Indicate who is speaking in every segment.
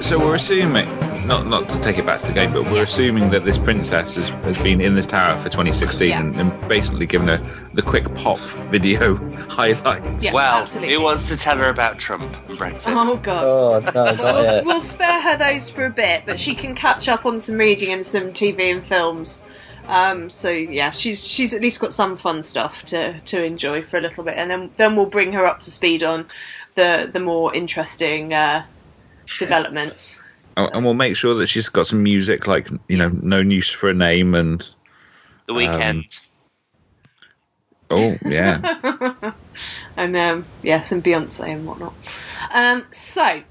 Speaker 1: So we're assuming, not not to take it back to the game, but we're assuming that this princess has, has been in this tower for 2016
Speaker 2: Yeah.
Speaker 1: and, and basically given her the quick pop video highlights.
Speaker 2: Yeah,
Speaker 3: well,
Speaker 2: absolutely.
Speaker 3: who wants to tell her about Trump and Brexit?
Speaker 2: Oh god.
Speaker 4: Oh, no, not
Speaker 2: We'll,
Speaker 4: yet.
Speaker 2: we'll spare her those for a bit, but she can catch up on some reading and some TV and films. Um, so yeah, she's she's at least got some fun stuff to, to enjoy for a little bit, and then then we'll bring her up to speed on the the more interesting uh, developments.
Speaker 1: And, and we'll make sure that she's got some music, like you know, no news for a name, and
Speaker 3: The
Speaker 4: Um,
Speaker 3: weekend.
Speaker 1: oh yeah,
Speaker 2: and um, yeah, some Beyonce and whatnot. Um, so,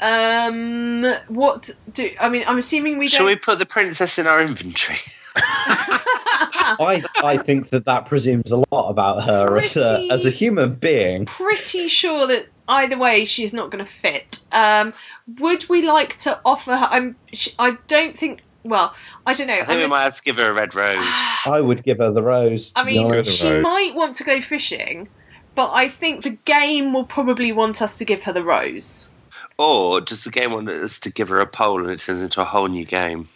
Speaker 2: um, what do I mean? I'm assuming we
Speaker 3: Shall
Speaker 2: don't.
Speaker 3: we put the princess in our inventory?
Speaker 4: I, I think that that presumes a lot about her as a,
Speaker 2: Pretty-
Speaker 4: as a human being.
Speaker 2: Pretty sure that either way, she's not going to fit. Um, would we like to offer her? I'm. sh I don't think. Well, I don't know.
Speaker 3: I think we
Speaker 2: I'm-
Speaker 3: might have to give her a red rose.
Speaker 4: I would give her the rose. to
Speaker 2: I
Speaker 4: be
Speaker 2: mean,
Speaker 4: honest.
Speaker 2: she
Speaker 1: rose.
Speaker 2: might want to go fishing, but I think the game will probably want us to give her the rose.
Speaker 3: Or does the game want us to give her a poll and it turns into a whole new game?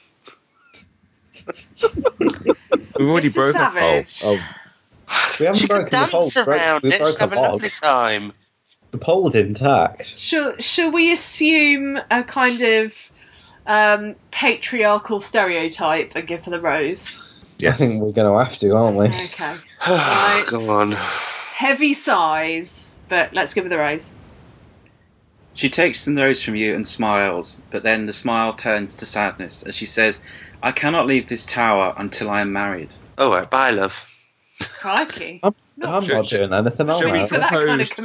Speaker 1: we've already
Speaker 2: Mr.
Speaker 1: broken a poll.
Speaker 2: Savage.
Speaker 4: Oh, we haven't
Speaker 3: She
Speaker 4: broken
Speaker 3: could
Speaker 4: the
Speaker 3: dance
Speaker 4: poll. We broke,
Speaker 3: around
Speaker 4: we
Speaker 3: it,
Speaker 4: broke
Speaker 3: she'd
Speaker 4: a
Speaker 3: have a
Speaker 4: bog.
Speaker 3: lovely time.
Speaker 4: The poll's intact.
Speaker 2: Shall, shall we assume a kind of um, patriarchal stereotype and give her the rose?
Speaker 4: I think
Speaker 1: Yes,
Speaker 4: we're going to have to, aren't we?
Speaker 2: Okay. Right.
Speaker 3: Go on.
Speaker 2: Heavy sighs, but let's give her the rose.
Speaker 5: She takes the rose from you and smiles, but then the smile turns to sadness as she says, I cannot leave this tower until I am married.
Speaker 3: All right, bye, love.
Speaker 2: Crikey.
Speaker 4: I'm,
Speaker 2: Not
Speaker 4: I'm
Speaker 1: sure-
Speaker 4: not doing anything.
Speaker 1: sure
Speaker 4: I'm
Speaker 2: Ready
Speaker 1: we
Speaker 4: out.
Speaker 2: for that kind of
Speaker 1: proposed.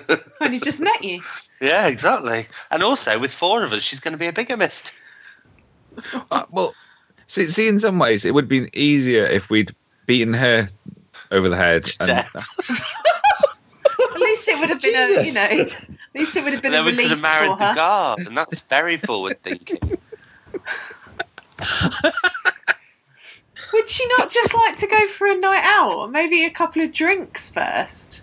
Speaker 2: commitment? When you just met you.
Speaker 3: Yeah, exactly. And also, with four of us, she's going to be a bigamist.
Speaker 1: Uh, well, see, see, in some ways, it would have been easier if we'd beaten her over the head. And,
Speaker 3: Death.
Speaker 2: At least it would have been a, you
Speaker 4: Jesus.
Speaker 2: know, at least it would have been
Speaker 3: And then
Speaker 2: a
Speaker 3: we could
Speaker 2: release
Speaker 3: have
Speaker 2: for
Speaker 3: married the
Speaker 2: her.
Speaker 3: guard, and that's very forward thinking.
Speaker 2: Would she not just like to go for a night out? Or maybe a couple of drinks first?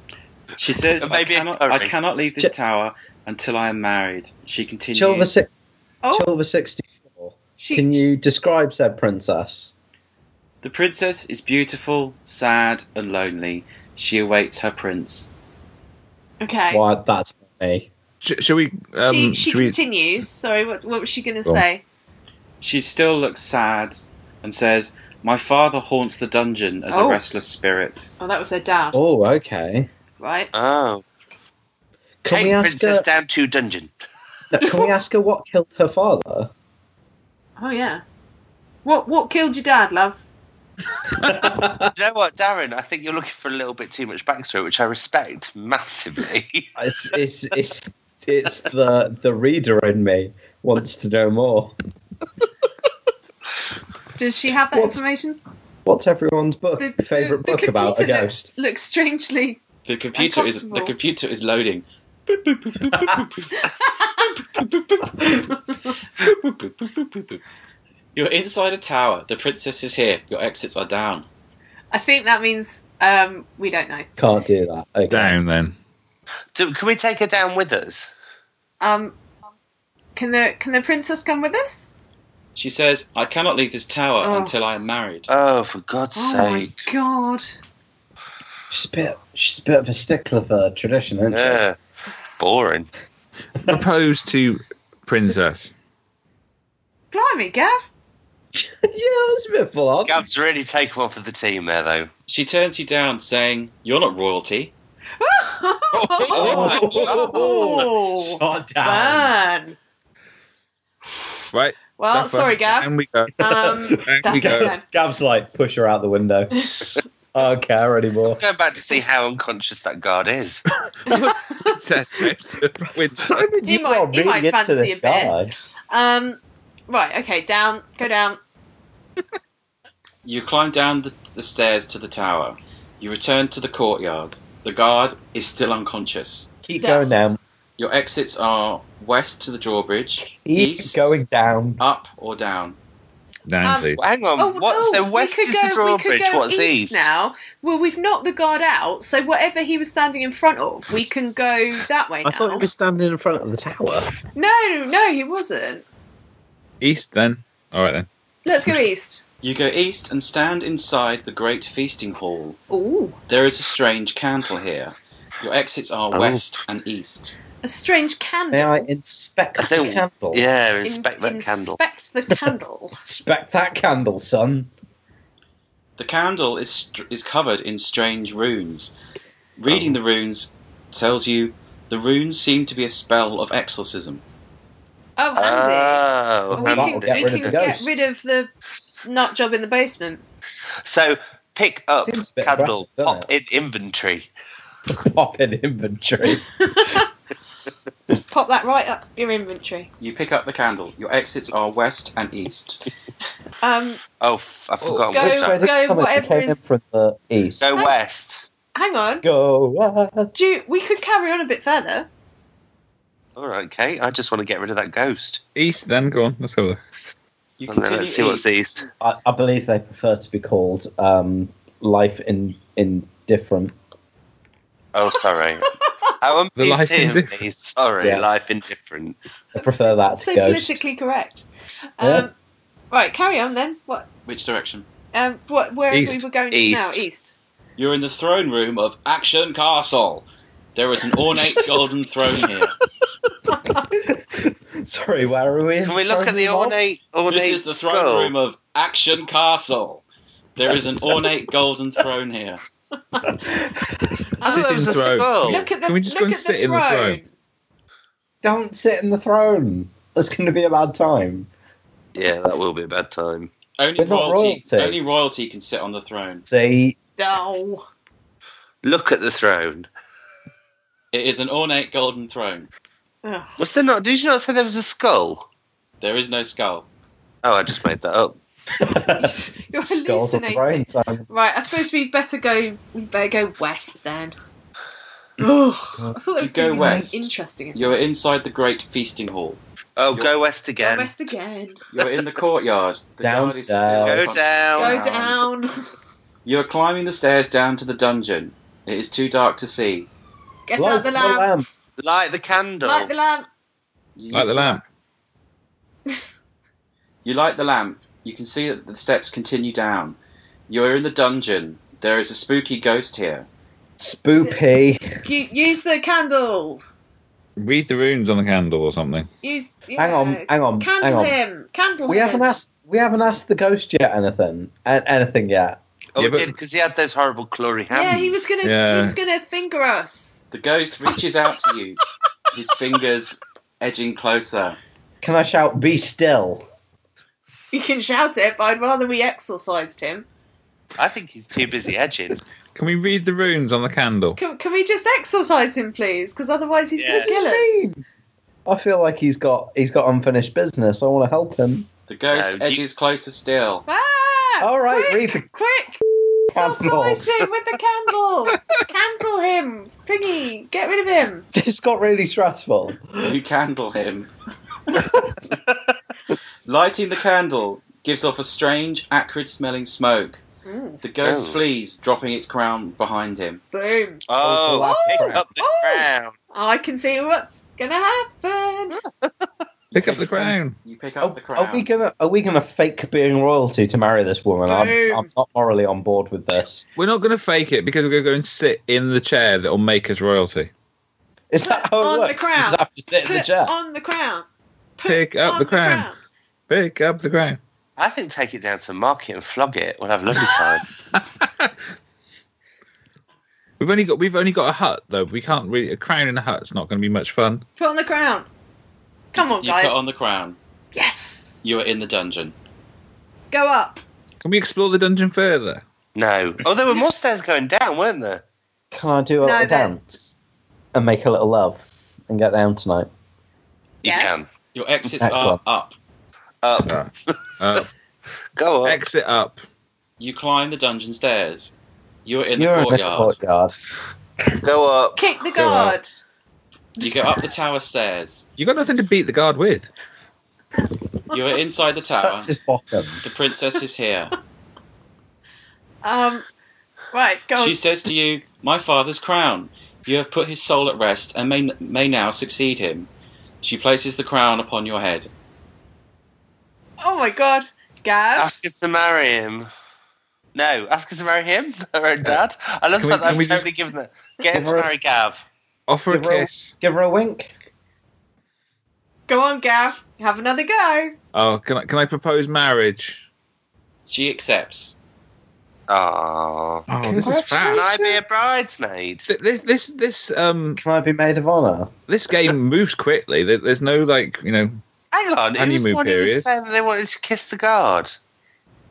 Speaker 5: She says,
Speaker 3: And
Speaker 5: I
Speaker 3: maybe a
Speaker 5: cannot,
Speaker 3: curry.
Speaker 5: I cannot leave this
Speaker 4: Ch-
Speaker 5: tower until I am married. She continues.
Speaker 4: Chilver, si-
Speaker 2: Oh,
Speaker 4: Chilver 64.
Speaker 2: she,
Speaker 4: Can you describe said princess?
Speaker 5: The princess is beautiful, sad, and lonely. She awaits her prince.
Speaker 2: Okay.
Speaker 4: Why, that's not me.
Speaker 1: Sh- shall we? Um,
Speaker 2: she she
Speaker 1: shall we
Speaker 2: continues. Sorry, what, what was she going to
Speaker 1: Go on.
Speaker 2: say?
Speaker 5: She still looks sad and says, My father haunts the dungeon as
Speaker 2: Oh.
Speaker 5: a restless spirit.
Speaker 2: Oh, that was her dad,
Speaker 4: Oh, okay.
Speaker 2: right?
Speaker 3: Oh.
Speaker 4: Can
Speaker 3: Take
Speaker 4: we ask
Speaker 3: Princess
Speaker 4: her?
Speaker 3: down to dungeon.
Speaker 4: Can we ask her what killed her father?
Speaker 2: Oh yeah. What what killed your dad, love?
Speaker 3: Do you know what, Darren? I think you're looking for a little bit too much backstory, which I respect massively.
Speaker 4: It's it's it's it's the the reader in me wants to know more.
Speaker 2: Does she have that
Speaker 4: What's-
Speaker 2: information?
Speaker 4: What's everyone's book?
Speaker 2: The,
Speaker 4: Favorite
Speaker 2: the, the
Speaker 4: book about a
Speaker 2: computer
Speaker 4: ghost?
Speaker 2: Looks, looks strangely.
Speaker 5: The computer is the
Speaker 2: Uncomfortable.
Speaker 5: computer is loading. You're inside a tower. The princess is here. Your exits are down.
Speaker 2: I think that means um, we don't know.
Speaker 4: Can't do that. Okay.
Speaker 1: down then?
Speaker 3: Do, can we take her down with us?
Speaker 2: Um, can the can the princess come with us?
Speaker 5: She says, "I cannot leave this tower
Speaker 2: Oh.
Speaker 5: until I am married."
Speaker 3: Oh, for God's
Speaker 2: Oh my
Speaker 3: sake.
Speaker 2: god!
Speaker 4: She's a bit she's a bit of a stickler for tradition, isn't she?
Speaker 3: Yeah. Boring.
Speaker 1: Propose to princess.
Speaker 2: Blimey, Gav.
Speaker 4: yeah, that's a bit full on.
Speaker 3: Gav's really taken one for the team there, though.
Speaker 5: She turns you down, saying, "You're not royalty."
Speaker 2: oh,
Speaker 4: Oh, shot down.
Speaker 2: burn.
Speaker 1: Right. Stefan,
Speaker 2: Well, sorry, Gav.
Speaker 1: Down we go.
Speaker 2: Um,
Speaker 1: Down we
Speaker 2: that's
Speaker 1: go.
Speaker 2: it then.
Speaker 4: Gab's like push her out the window. I don't care anymore.
Speaker 3: Going back to see how unconscious that guard is.
Speaker 1: princess goes to princess.
Speaker 4: Simon,
Speaker 2: He
Speaker 4: you
Speaker 2: might-
Speaker 4: are
Speaker 2: he
Speaker 4: really
Speaker 2: might fancy
Speaker 4: into this
Speaker 2: a bit.
Speaker 4: guy.
Speaker 2: Um, right. Okay. Down. Go down.
Speaker 5: You climb down the, the stairs to the tower. You return to the courtyard. The guard is still unconscious.
Speaker 4: Keep
Speaker 2: Down.
Speaker 4: going down.
Speaker 5: Your exits are west to the drawbridge,
Speaker 4: Keep
Speaker 5: east,
Speaker 4: going down.
Speaker 5: up or down.
Speaker 1: Down,
Speaker 2: Um,
Speaker 1: please.
Speaker 3: Well, hang on.
Speaker 2: Oh,
Speaker 3: what?
Speaker 2: no,
Speaker 3: so west
Speaker 2: we
Speaker 3: is
Speaker 2: could
Speaker 3: the
Speaker 2: go, we could
Speaker 3: drawbridge.
Speaker 2: go
Speaker 3: What's
Speaker 2: east,
Speaker 3: east?
Speaker 2: now. Well, we've knocked the guard out, so whatever he was standing in front of, we can go that way
Speaker 4: I
Speaker 2: now.
Speaker 4: thought he was standing in front of the tower.
Speaker 2: No, no, he wasn't.
Speaker 1: East then. All right then.
Speaker 2: Let's go east.
Speaker 5: You go east and stand inside the great feasting hall.
Speaker 2: Ooh,
Speaker 5: There is a strange candle here. Your exits are
Speaker 3: Oh.
Speaker 5: west and east.
Speaker 2: a strange candle.
Speaker 4: May I inspect
Speaker 3: I
Speaker 4: the
Speaker 3: don't-
Speaker 4: candle?
Speaker 3: Yeah,
Speaker 2: In-
Speaker 3: inspect that candle.
Speaker 2: Inspect the candle.
Speaker 4: Inspect that candle, son.
Speaker 5: The candle is str- is covered in strange runes. Reading
Speaker 3: Oh.
Speaker 5: the runes tells you the runes seem to be a spell of exorcism.
Speaker 2: Oh, handy.
Speaker 3: Oh,
Speaker 2: Well, we
Speaker 4: that'll
Speaker 2: can,
Speaker 4: get
Speaker 2: we
Speaker 4: rid of
Speaker 2: can
Speaker 4: the
Speaker 2: get
Speaker 4: ghost.
Speaker 2: rid of the nut job in the basement.
Speaker 3: So pick up
Speaker 4: Seems a bit
Speaker 3: candle,
Speaker 4: aggressive, doesn't
Speaker 3: pop in inventory.
Speaker 4: Pop in inventory.
Speaker 2: Pop that right up your inventory.
Speaker 5: You pick up the candle. Your exits are west and east.
Speaker 2: Um,
Speaker 3: Oh, f- I've forgotten
Speaker 2: go-
Speaker 3: which one.
Speaker 4: Where did
Speaker 2: go,
Speaker 4: it come in? It
Speaker 2: whatever
Speaker 4: came in
Speaker 2: is-
Speaker 4: from the east.
Speaker 3: Go west.
Speaker 2: hang on.
Speaker 4: Go west.
Speaker 2: Do you- we could carry on a bit further.
Speaker 3: All right, Kate. I just want to get rid of that ghost.
Speaker 1: East then. Go on. Let's go there.
Speaker 5: You
Speaker 3: And then
Speaker 5: continue
Speaker 3: let's see what's east.
Speaker 4: I, I believe they prefer to be called um, life in indifferent.
Speaker 3: Oh, sorry. How am
Speaker 1: The life indifferent.
Speaker 3: I? Sorry,
Speaker 4: Yeah.
Speaker 3: life indifferent.
Speaker 4: I prefer that
Speaker 2: so
Speaker 4: to ghost.
Speaker 2: politically correct. Um,
Speaker 4: Yeah.
Speaker 2: Right, carry on then. What?
Speaker 5: Which direction?
Speaker 2: Um, what? Where
Speaker 1: East.
Speaker 2: we were going
Speaker 3: East.
Speaker 2: now? East.
Speaker 5: You're in the throne room of Action Castle. There is an ornate golden throne here.
Speaker 4: Sorry, where are we?
Speaker 3: Can we look at the ornate? ornate
Speaker 5: This is the throne
Speaker 3: skull?
Speaker 5: room of Action Castle. There is an ornate golden throne here.
Speaker 3: Oh,
Speaker 1: Sit
Speaker 3: there was
Speaker 1: in
Speaker 3: a
Speaker 1: throne.
Speaker 3: skull.
Speaker 2: Look at the.
Speaker 1: Can we just
Speaker 2: look
Speaker 1: go and
Speaker 2: at
Speaker 1: sit
Speaker 2: the
Speaker 1: in the
Speaker 2: throne.
Speaker 1: throne?
Speaker 4: Don't sit in the throne. That's going to be a bad time.
Speaker 3: Yeah, that will be a bad time.
Speaker 5: Only
Speaker 4: We're not
Speaker 5: royalty,
Speaker 4: royalty.
Speaker 5: only royalty can sit on the throne.
Speaker 4: See,
Speaker 2: No.
Speaker 3: Look at the throne.
Speaker 5: It is an ornate golden throne.
Speaker 2: Ugh.
Speaker 3: Was there not? Did you not say there was a skull?
Speaker 5: There is no skull.
Speaker 3: Oh, I just made that up.
Speaker 2: You're
Speaker 4: skulls at the
Speaker 2: hallucinating.
Speaker 4: brain time.
Speaker 2: Right, I suppose we'd better go. We better go west then. Ugh, I thought there was going to be
Speaker 5: You go
Speaker 2: something
Speaker 5: west.
Speaker 2: interesting. In
Speaker 5: You're inside the great feasting hall.
Speaker 3: Oh,
Speaker 5: You're-
Speaker 3: go west
Speaker 2: Go
Speaker 3: again.
Speaker 2: west again.
Speaker 5: You're in the courtyard. The guard is still
Speaker 4: Downstairs.
Speaker 3: Go down.
Speaker 2: Go down.
Speaker 5: You're climbing the stairs down to the dungeon. It is too dark to see.
Speaker 2: Get
Speaker 4: Light
Speaker 2: out the lamp.
Speaker 3: Light the candle.
Speaker 2: Light the lamp.
Speaker 5: You
Speaker 1: Like
Speaker 5: use
Speaker 1: the lamp.
Speaker 5: You light the lamp. You can see that the steps continue down. You are in the dungeon. There is a spooky ghost here.
Speaker 4: Spoopy.
Speaker 2: You, use the candle.
Speaker 1: Read the runes on the candle or something.
Speaker 2: Use. Yeah.
Speaker 4: Hang on, hang on,
Speaker 2: Candle
Speaker 4: hang on.
Speaker 2: him. Candle
Speaker 4: We
Speaker 2: him.
Speaker 4: haven't asked. We haven't asked the ghost yet anything. A- anything yet.
Speaker 3: Oh,
Speaker 1: Yeah,
Speaker 3: yeah,
Speaker 1: but-
Speaker 3: because he had those horrible glory hands.
Speaker 2: Yeah, he was gonna. He
Speaker 1: Yeah.
Speaker 2: was gonna finger us.
Speaker 5: The ghost reaches out to you, his fingers edging closer.
Speaker 4: Can I shout? Be still.
Speaker 2: You can shout it, but I'd rather we exorcised him.
Speaker 3: I think he's too busy edging.
Speaker 1: Can we read the runes on the candle?
Speaker 2: Can, can we just exorcise him, please? Because otherwise he's
Speaker 3: Yeah.
Speaker 2: gonna kill us.
Speaker 4: I feel like he's got he's got unfinished business. I want to help him.
Speaker 5: The ghost
Speaker 3: No, you-
Speaker 5: edges closer still.
Speaker 2: Ah!
Speaker 4: All right,
Speaker 2: quick,
Speaker 4: read the
Speaker 2: quick.
Speaker 4: Candle.
Speaker 2: Exorcise him with the candle. candle him, thingy. Get rid of him.
Speaker 4: This got really stressful.
Speaker 5: You candle him. Lighting the candle gives off a strange, acrid smelling smoke.
Speaker 2: Mm,
Speaker 5: The ghost
Speaker 3: Oh.
Speaker 5: flees, dropping its crown behind him.
Speaker 2: boom.
Speaker 3: Oh,
Speaker 4: Oh,
Speaker 3: pick
Speaker 4: crap.
Speaker 3: up the
Speaker 2: Oh.
Speaker 3: crown.
Speaker 2: I can see what's gonna happen.
Speaker 5: You
Speaker 1: Pick up the crown.
Speaker 5: You pick
Speaker 4: Are,
Speaker 5: up the crown.
Speaker 4: are Oh, we gonna are we gonna fake being royalty to marry this woman? I'm,
Speaker 2: Boom.
Speaker 4: I'm not morally on board with this.
Speaker 1: We're not going to fake it because we're going to go and sit in the chair that will make us royalty.
Speaker 4: Is that how it
Speaker 2: on the
Speaker 4: works?
Speaker 2: crown.
Speaker 4: Does that have to sit in the
Speaker 2: Put
Speaker 4: chair?
Speaker 2: on the crown. Put
Speaker 1: Pick up
Speaker 2: on
Speaker 1: the crown. Pick up the crown.
Speaker 3: I think take it down to market and flog it. We'll have a lovely time.
Speaker 1: We've only got we've only got a hut though. We can't really a crown in a hut's not going to be much fun.
Speaker 2: Put on the crown. Come on,
Speaker 5: You
Speaker 2: guys.
Speaker 5: put on the crown.
Speaker 2: yes.
Speaker 5: You are in the dungeon.
Speaker 2: Go up.
Speaker 1: Can we explore the dungeon further?
Speaker 3: no. Oh, there were more stairs going down, weren't there?
Speaker 4: Can I do a
Speaker 2: No,
Speaker 4: little
Speaker 2: that-
Speaker 4: dance and make a little love and get down tonight?
Speaker 3: You
Speaker 2: yes.
Speaker 3: can.
Speaker 5: Your exits
Speaker 4: Excellent.
Speaker 5: are up.
Speaker 3: Up.
Speaker 1: Uh,
Speaker 3: Go up.
Speaker 1: exit up.
Speaker 5: You climb the dungeon stairs. You are in the
Speaker 4: You're in the
Speaker 5: courtyard.
Speaker 4: courtyard.
Speaker 3: Go up.
Speaker 2: Kick the
Speaker 1: Go up.
Speaker 2: guard.
Speaker 5: You go up the tower stairs.
Speaker 1: You got nothing to beat the guard with.
Speaker 5: You are inside the tower.
Speaker 4: Touch his bottom.
Speaker 5: The princess is here.
Speaker 2: Um, right, go on.
Speaker 5: She says to you, My father's crown. You have put his soul at rest and may, may now succeed him. She places the crown upon your head.
Speaker 2: Oh my god, Gav.
Speaker 3: Ask her to marry him. No, ask her to marry him, her own dad. I love
Speaker 1: Can we-
Speaker 3: that.
Speaker 1: can we just-
Speaker 3: I've totally given that. Get him to
Speaker 4: Can we-
Speaker 3: marry Gav.
Speaker 1: Offer a
Speaker 4: Give her a-
Speaker 1: kiss.
Speaker 4: Give her a wink.
Speaker 2: Go on, Gav. Have another go.
Speaker 1: Oh, can I can I propose marriage?
Speaker 5: She accepts.
Speaker 3: Aww.
Speaker 1: Oh, this is
Speaker 3: Can
Speaker 1: fab.
Speaker 3: I be a bridesmaid?
Speaker 1: Th- This this this um
Speaker 4: Can I be maid of honor?
Speaker 1: this game moves quickly. There- There's no like you know.
Speaker 3: Hang on, who's
Speaker 1: Honeymoon
Speaker 3: the one who
Speaker 1: period.
Speaker 3: was saying that they wanted to kiss the guard?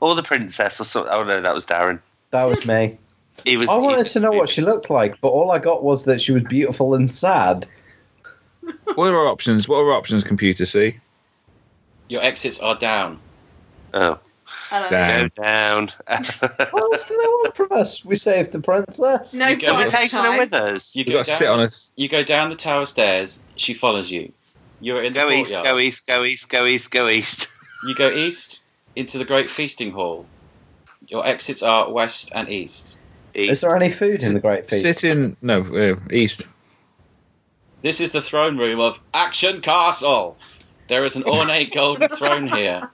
Speaker 3: Or the princess or something. Oh no, that was Darren.
Speaker 4: That was me.
Speaker 3: He was
Speaker 4: I
Speaker 3: he
Speaker 4: wanted
Speaker 3: was
Speaker 4: to know what she
Speaker 3: moving.
Speaker 4: looked like, but all I got was that she was beautiful and sad.
Speaker 1: What are our options? What are our options? Computer see.
Speaker 5: Your exits are down.
Speaker 3: Oh.
Speaker 2: Hello.
Speaker 1: Damn.
Speaker 3: Go down.
Speaker 4: What else do they want from us? We saved the princess.
Speaker 2: No
Speaker 5: You go-
Speaker 3: We're
Speaker 2: point
Speaker 3: taking her
Speaker 2: time.
Speaker 3: with us.
Speaker 5: You
Speaker 1: You
Speaker 5: go,
Speaker 1: got to
Speaker 5: down,
Speaker 1: sit on us.
Speaker 5: you go down the tower stairs. She follows you. You're in the
Speaker 3: Go east,
Speaker 5: courtyard.
Speaker 3: go east, go east, go east, go east.
Speaker 5: You go east into the great feasting hall. Your exits are west and east.
Speaker 3: east.
Speaker 4: Is there any food in the Great Feast?
Speaker 1: Sit in no uh, east.
Speaker 5: This is the throne room of Action Castle. There is an ornate golden throne here.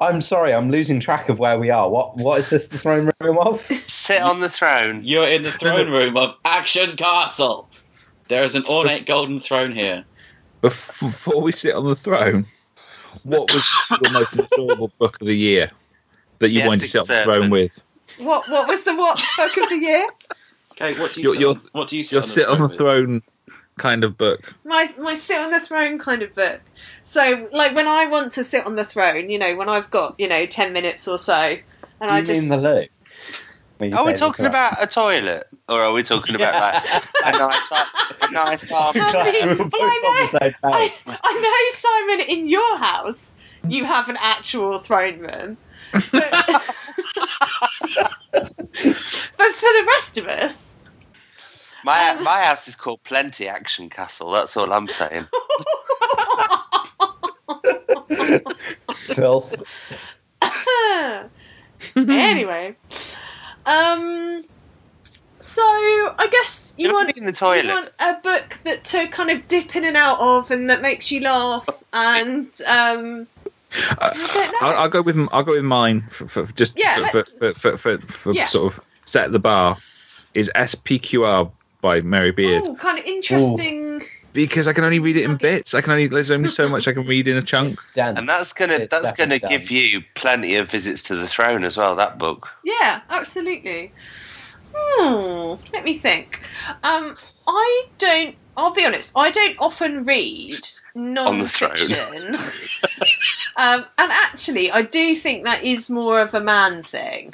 Speaker 4: I'm sorry, I'm losing track of where we are. What What is this the throne room of?
Speaker 3: Sit on the throne.
Speaker 5: You're in the throne room of Action Castle. There is an ornate golden throne here.
Speaker 1: Bef- Before we sit on the throne, what was your most enjoyable book of the year that you
Speaker 3: Yes,
Speaker 1: wanted to sit on the
Speaker 3: except-
Speaker 1: throne with?
Speaker 2: What what was the what book of the year?
Speaker 5: Okay, what do
Speaker 1: You're-
Speaker 5: you sit
Speaker 1: you're-
Speaker 5: on, what do you sit
Speaker 1: Your
Speaker 5: on the
Speaker 1: sit on the
Speaker 5: with?
Speaker 1: throne kind of book.
Speaker 2: My my sit on the throne kind of book. So like when I want to sit on the throne, you know, when I've got you know ten minutes or so, and
Speaker 4: Do
Speaker 2: I
Speaker 4: you
Speaker 2: just
Speaker 4: mean the loo? When you
Speaker 3: Are we
Speaker 4: say the
Speaker 3: talking
Speaker 4: throne.
Speaker 3: about a toilet? Or are we talking about like a nice a nice arm?
Speaker 2: How many-
Speaker 4: We were both
Speaker 2: Well, I
Speaker 4: on the same
Speaker 2: I,
Speaker 4: page.
Speaker 2: I know Simon in your house you have an actual throne room. But, but for the rest of us
Speaker 3: My
Speaker 2: Um.
Speaker 3: my house is called Plenty Action Castle. That's all I'm saying.
Speaker 4: Filth.
Speaker 2: anyway. Um so I guess you
Speaker 3: You
Speaker 2: want
Speaker 3: in the
Speaker 2: You
Speaker 3: toilet?
Speaker 2: want a book that to kind of dip in and out of, and that makes you laugh, and um, I don't know.
Speaker 1: I'll, I'll go with m- I'll go with mine for, for for just
Speaker 2: Yeah,
Speaker 1: for, for, for, for, for
Speaker 2: Yeah.
Speaker 1: sort of set the bar. Is SPQR by Mary Beard
Speaker 2: oh, kind of interesting.
Speaker 1: because I can only read it in bits. I can only there's only so much I can read in a chunk.
Speaker 4: Dan.
Speaker 3: And that's gonna
Speaker 4: It's
Speaker 3: that's gonna
Speaker 4: definitely done.
Speaker 3: give you plenty of visits to the throne as well. That book.
Speaker 2: Yeah, absolutely. Hmm, let me think. Um, I don't. I'll be honest. I don't often read
Speaker 3: the throne.
Speaker 2: non-fiction. um, and actually, I do think that is more of a man thing.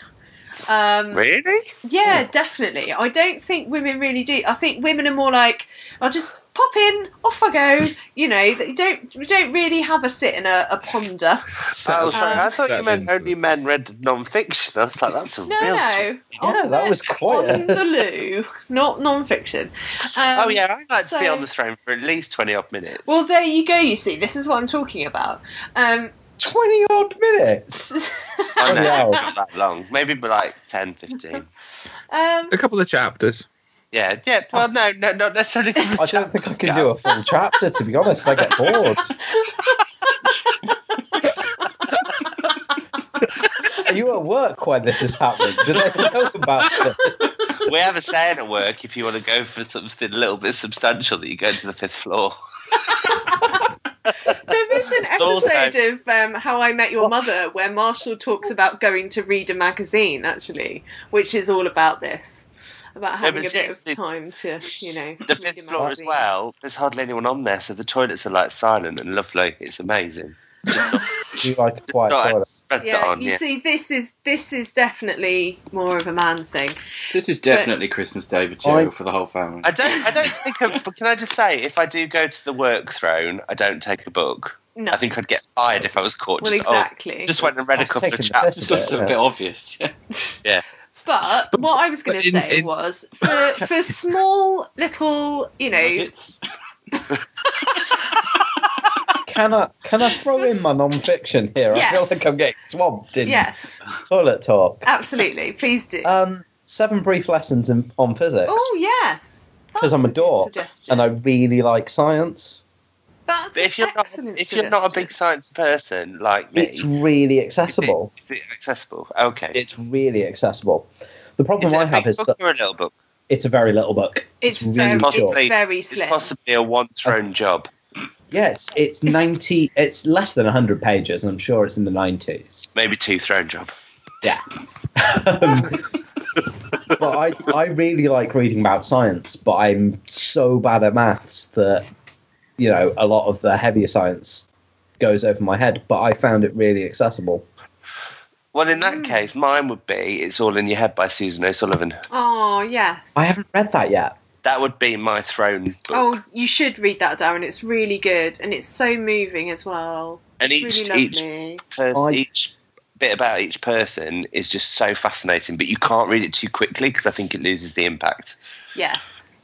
Speaker 2: Um,
Speaker 3: Really? Oh.
Speaker 2: Yeah, definitely. I don't think women really do. I think women are more like, I'll just pop in, off I go. You know, that you don't you don't really have a sit and a, a ponder.
Speaker 1: Settle-
Speaker 3: Oh, sorry. I thought you
Speaker 1: settle
Speaker 3: meant
Speaker 1: into
Speaker 3: only
Speaker 1: it.
Speaker 3: men read non-fiction. I was like, that's a
Speaker 2: No,
Speaker 3: real.
Speaker 2: no. Oh, On
Speaker 4: Yeah, that
Speaker 2: the-
Speaker 4: was quite
Speaker 2: on
Speaker 4: a...
Speaker 2: the loo, not non-fiction. Um,
Speaker 3: oh yeah, I'd like to be
Speaker 2: so-
Speaker 3: on the throne for at least twenty odd minutes.
Speaker 2: Well, there you go. You see, this is what I'm talking about. Um,
Speaker 4: 20 odd minutes.
Speaker 3: I know,
Speaker 4: wow.
Speaker 3: not that long. Maybe but like 10, 15.
Speaker 2: um,
Speaker 1: A couple of chapters.
Speaker 3: Yeah, yeah. Well, no, no, not necessarily.
Speaker 4: I don't think I can do a full chapter, to be honest. I get bored. Are you at work when this is happening? Do they know about it?
Speaker 3: We have a saying at work if you want to go for something a little bit substantial that you go to the fifth floor.
Speaker 2: there is an
Speaker 3: also-
Speaker 2: episode of um, How I Met Your Mother where Marshall talks about going to read a magazine, actually, which is all about this. About having a
Speaker 3: but
Speaker 2: bit of
Speaker 3: seriously,
Speaker 2: time to, you know,
Speaker 3: The
Speaker 2: read a
Speaker 3: fifth floor as
Speaker 2: magazine.
Speaker 3: well, there's hardly anyone on there, so the toilets are like silent and lovely. It's amazing. Just not,
Speaker 4: Do you like a quiet
Speaker 3: not
Speaker 4: toilet?
Speaker 3: spread that
Speaker 2: Yeah,
Speaker 3: on,
Speaker 2: you
Speaker 3: yeah.
Speaker 2: see, this is this is definitely more of a man thing.
Speaker 5: This is definitely Christmas Day material for the whole family.
Speaker 3: I don't. I don't think. Of, but can I just say, if I do go to the work throne, I don't take a book.
Speaker 2: No,
Speaker 3: I think I'd get fired if I was caught.
Speaker 2: well,
Speaker 3: just, oh,
Speaker 2: exactly.
Speaker 3: just went and read a
Speaker 4: That's
Speaker 3: couple of
Speaker 4: taking the
Speaker 3: chapters.
Speaker 4: piss
Speaker 5: It's just a
Speaker 4: isn't it?
Speaker 5: bit obvious.
Speaker 2: But what I was going
Speaker 1: But
Speaker 2: to
Speaker 1: in-
Speaker 2: say
Speaker 1: in-
Speaker 2: was for for small little, you know,
Speaker 5: Nuggets.
Speaker 4: Can I can I throw in my non-fiction here? I feel
Speaker 2: Yes.
Speaker 4: like I'm getting swamped in
Speaker 2: Yes,
Speaker 4: toilet talk.
Speaker 2: absolutely. Please do.
Speaker 4: Um, seven brief lessons in, on physics
Speaker 2: oh yes,
Speaker 4: 'Cause I'm a
Speaker 2: That's good
Speaker 4: dork,
Speaker 2: Suggestion.
Speaker 4: and I really like science.
Speaker 2: That's
Speaker 3: But if you're not,
Speaker 2: excellent
Speaker 3: if you're not a big
Speaker 2: suggestion.
Speaker 3: science person like me,
Speaker 4: It's really
Speaker 3: is it-
Speaker 4: accessible.
Speaker 3: Is it accessible? Okay.
Speaker 4: It's really accessible. The problem
Speaker 3: is it
Speaker 4: I
Speaker 3: a
Speaker 4: have
Speaker 3: big
Speaker 4: is
Speaker 3: book
Speaker 4: that
Speaker 3: or a little book?
Speaker 4: it's a very little book.
Speaker 2: it's,
Speaker 4: really
Speaker 2: very, it's
Speaker 3: short.
Speaker 2: very
Speaker 3: It's
Speaker 2: slim.
Speaker 3: possibly a one thrown job.
Speaker 4: Yes, it's ninety. It's less than hundred pages, and I'm sure it's in the nineties.
Speaker 3: Maybe two thrown job.
Speaker 4: Um, but I, I really like reading about science, but I'm so bad at maths that, you know, a lot of the heavier science goes over my head, but I found it really accessible.
Speaker 3: Well, in that
Speaker 2: Mm.
Speaker 3: case, mine would be "It's All in Your Head" by Susan O'Sullivan.
Speaker 2: Oh yes.
Speaker 4: I haven't read that yet.
Speaker 3: That would be my throne book.
Speaker 2: Oh, you should read that, Darren. It's really good, and it's so moving as well.
Speaker 3: And
Speaker 2: it's
Speaker 3: each-
Speaker 2: really
Speaker 3: each-
Speaker 2: lovely.
Speaker 3: Pers-
Speaker 4: I-
Speaker 3: Each bit about each person is just so fascinating, but you can't read it too quickly because I think it loses the impact.
Speaker 2: Yes,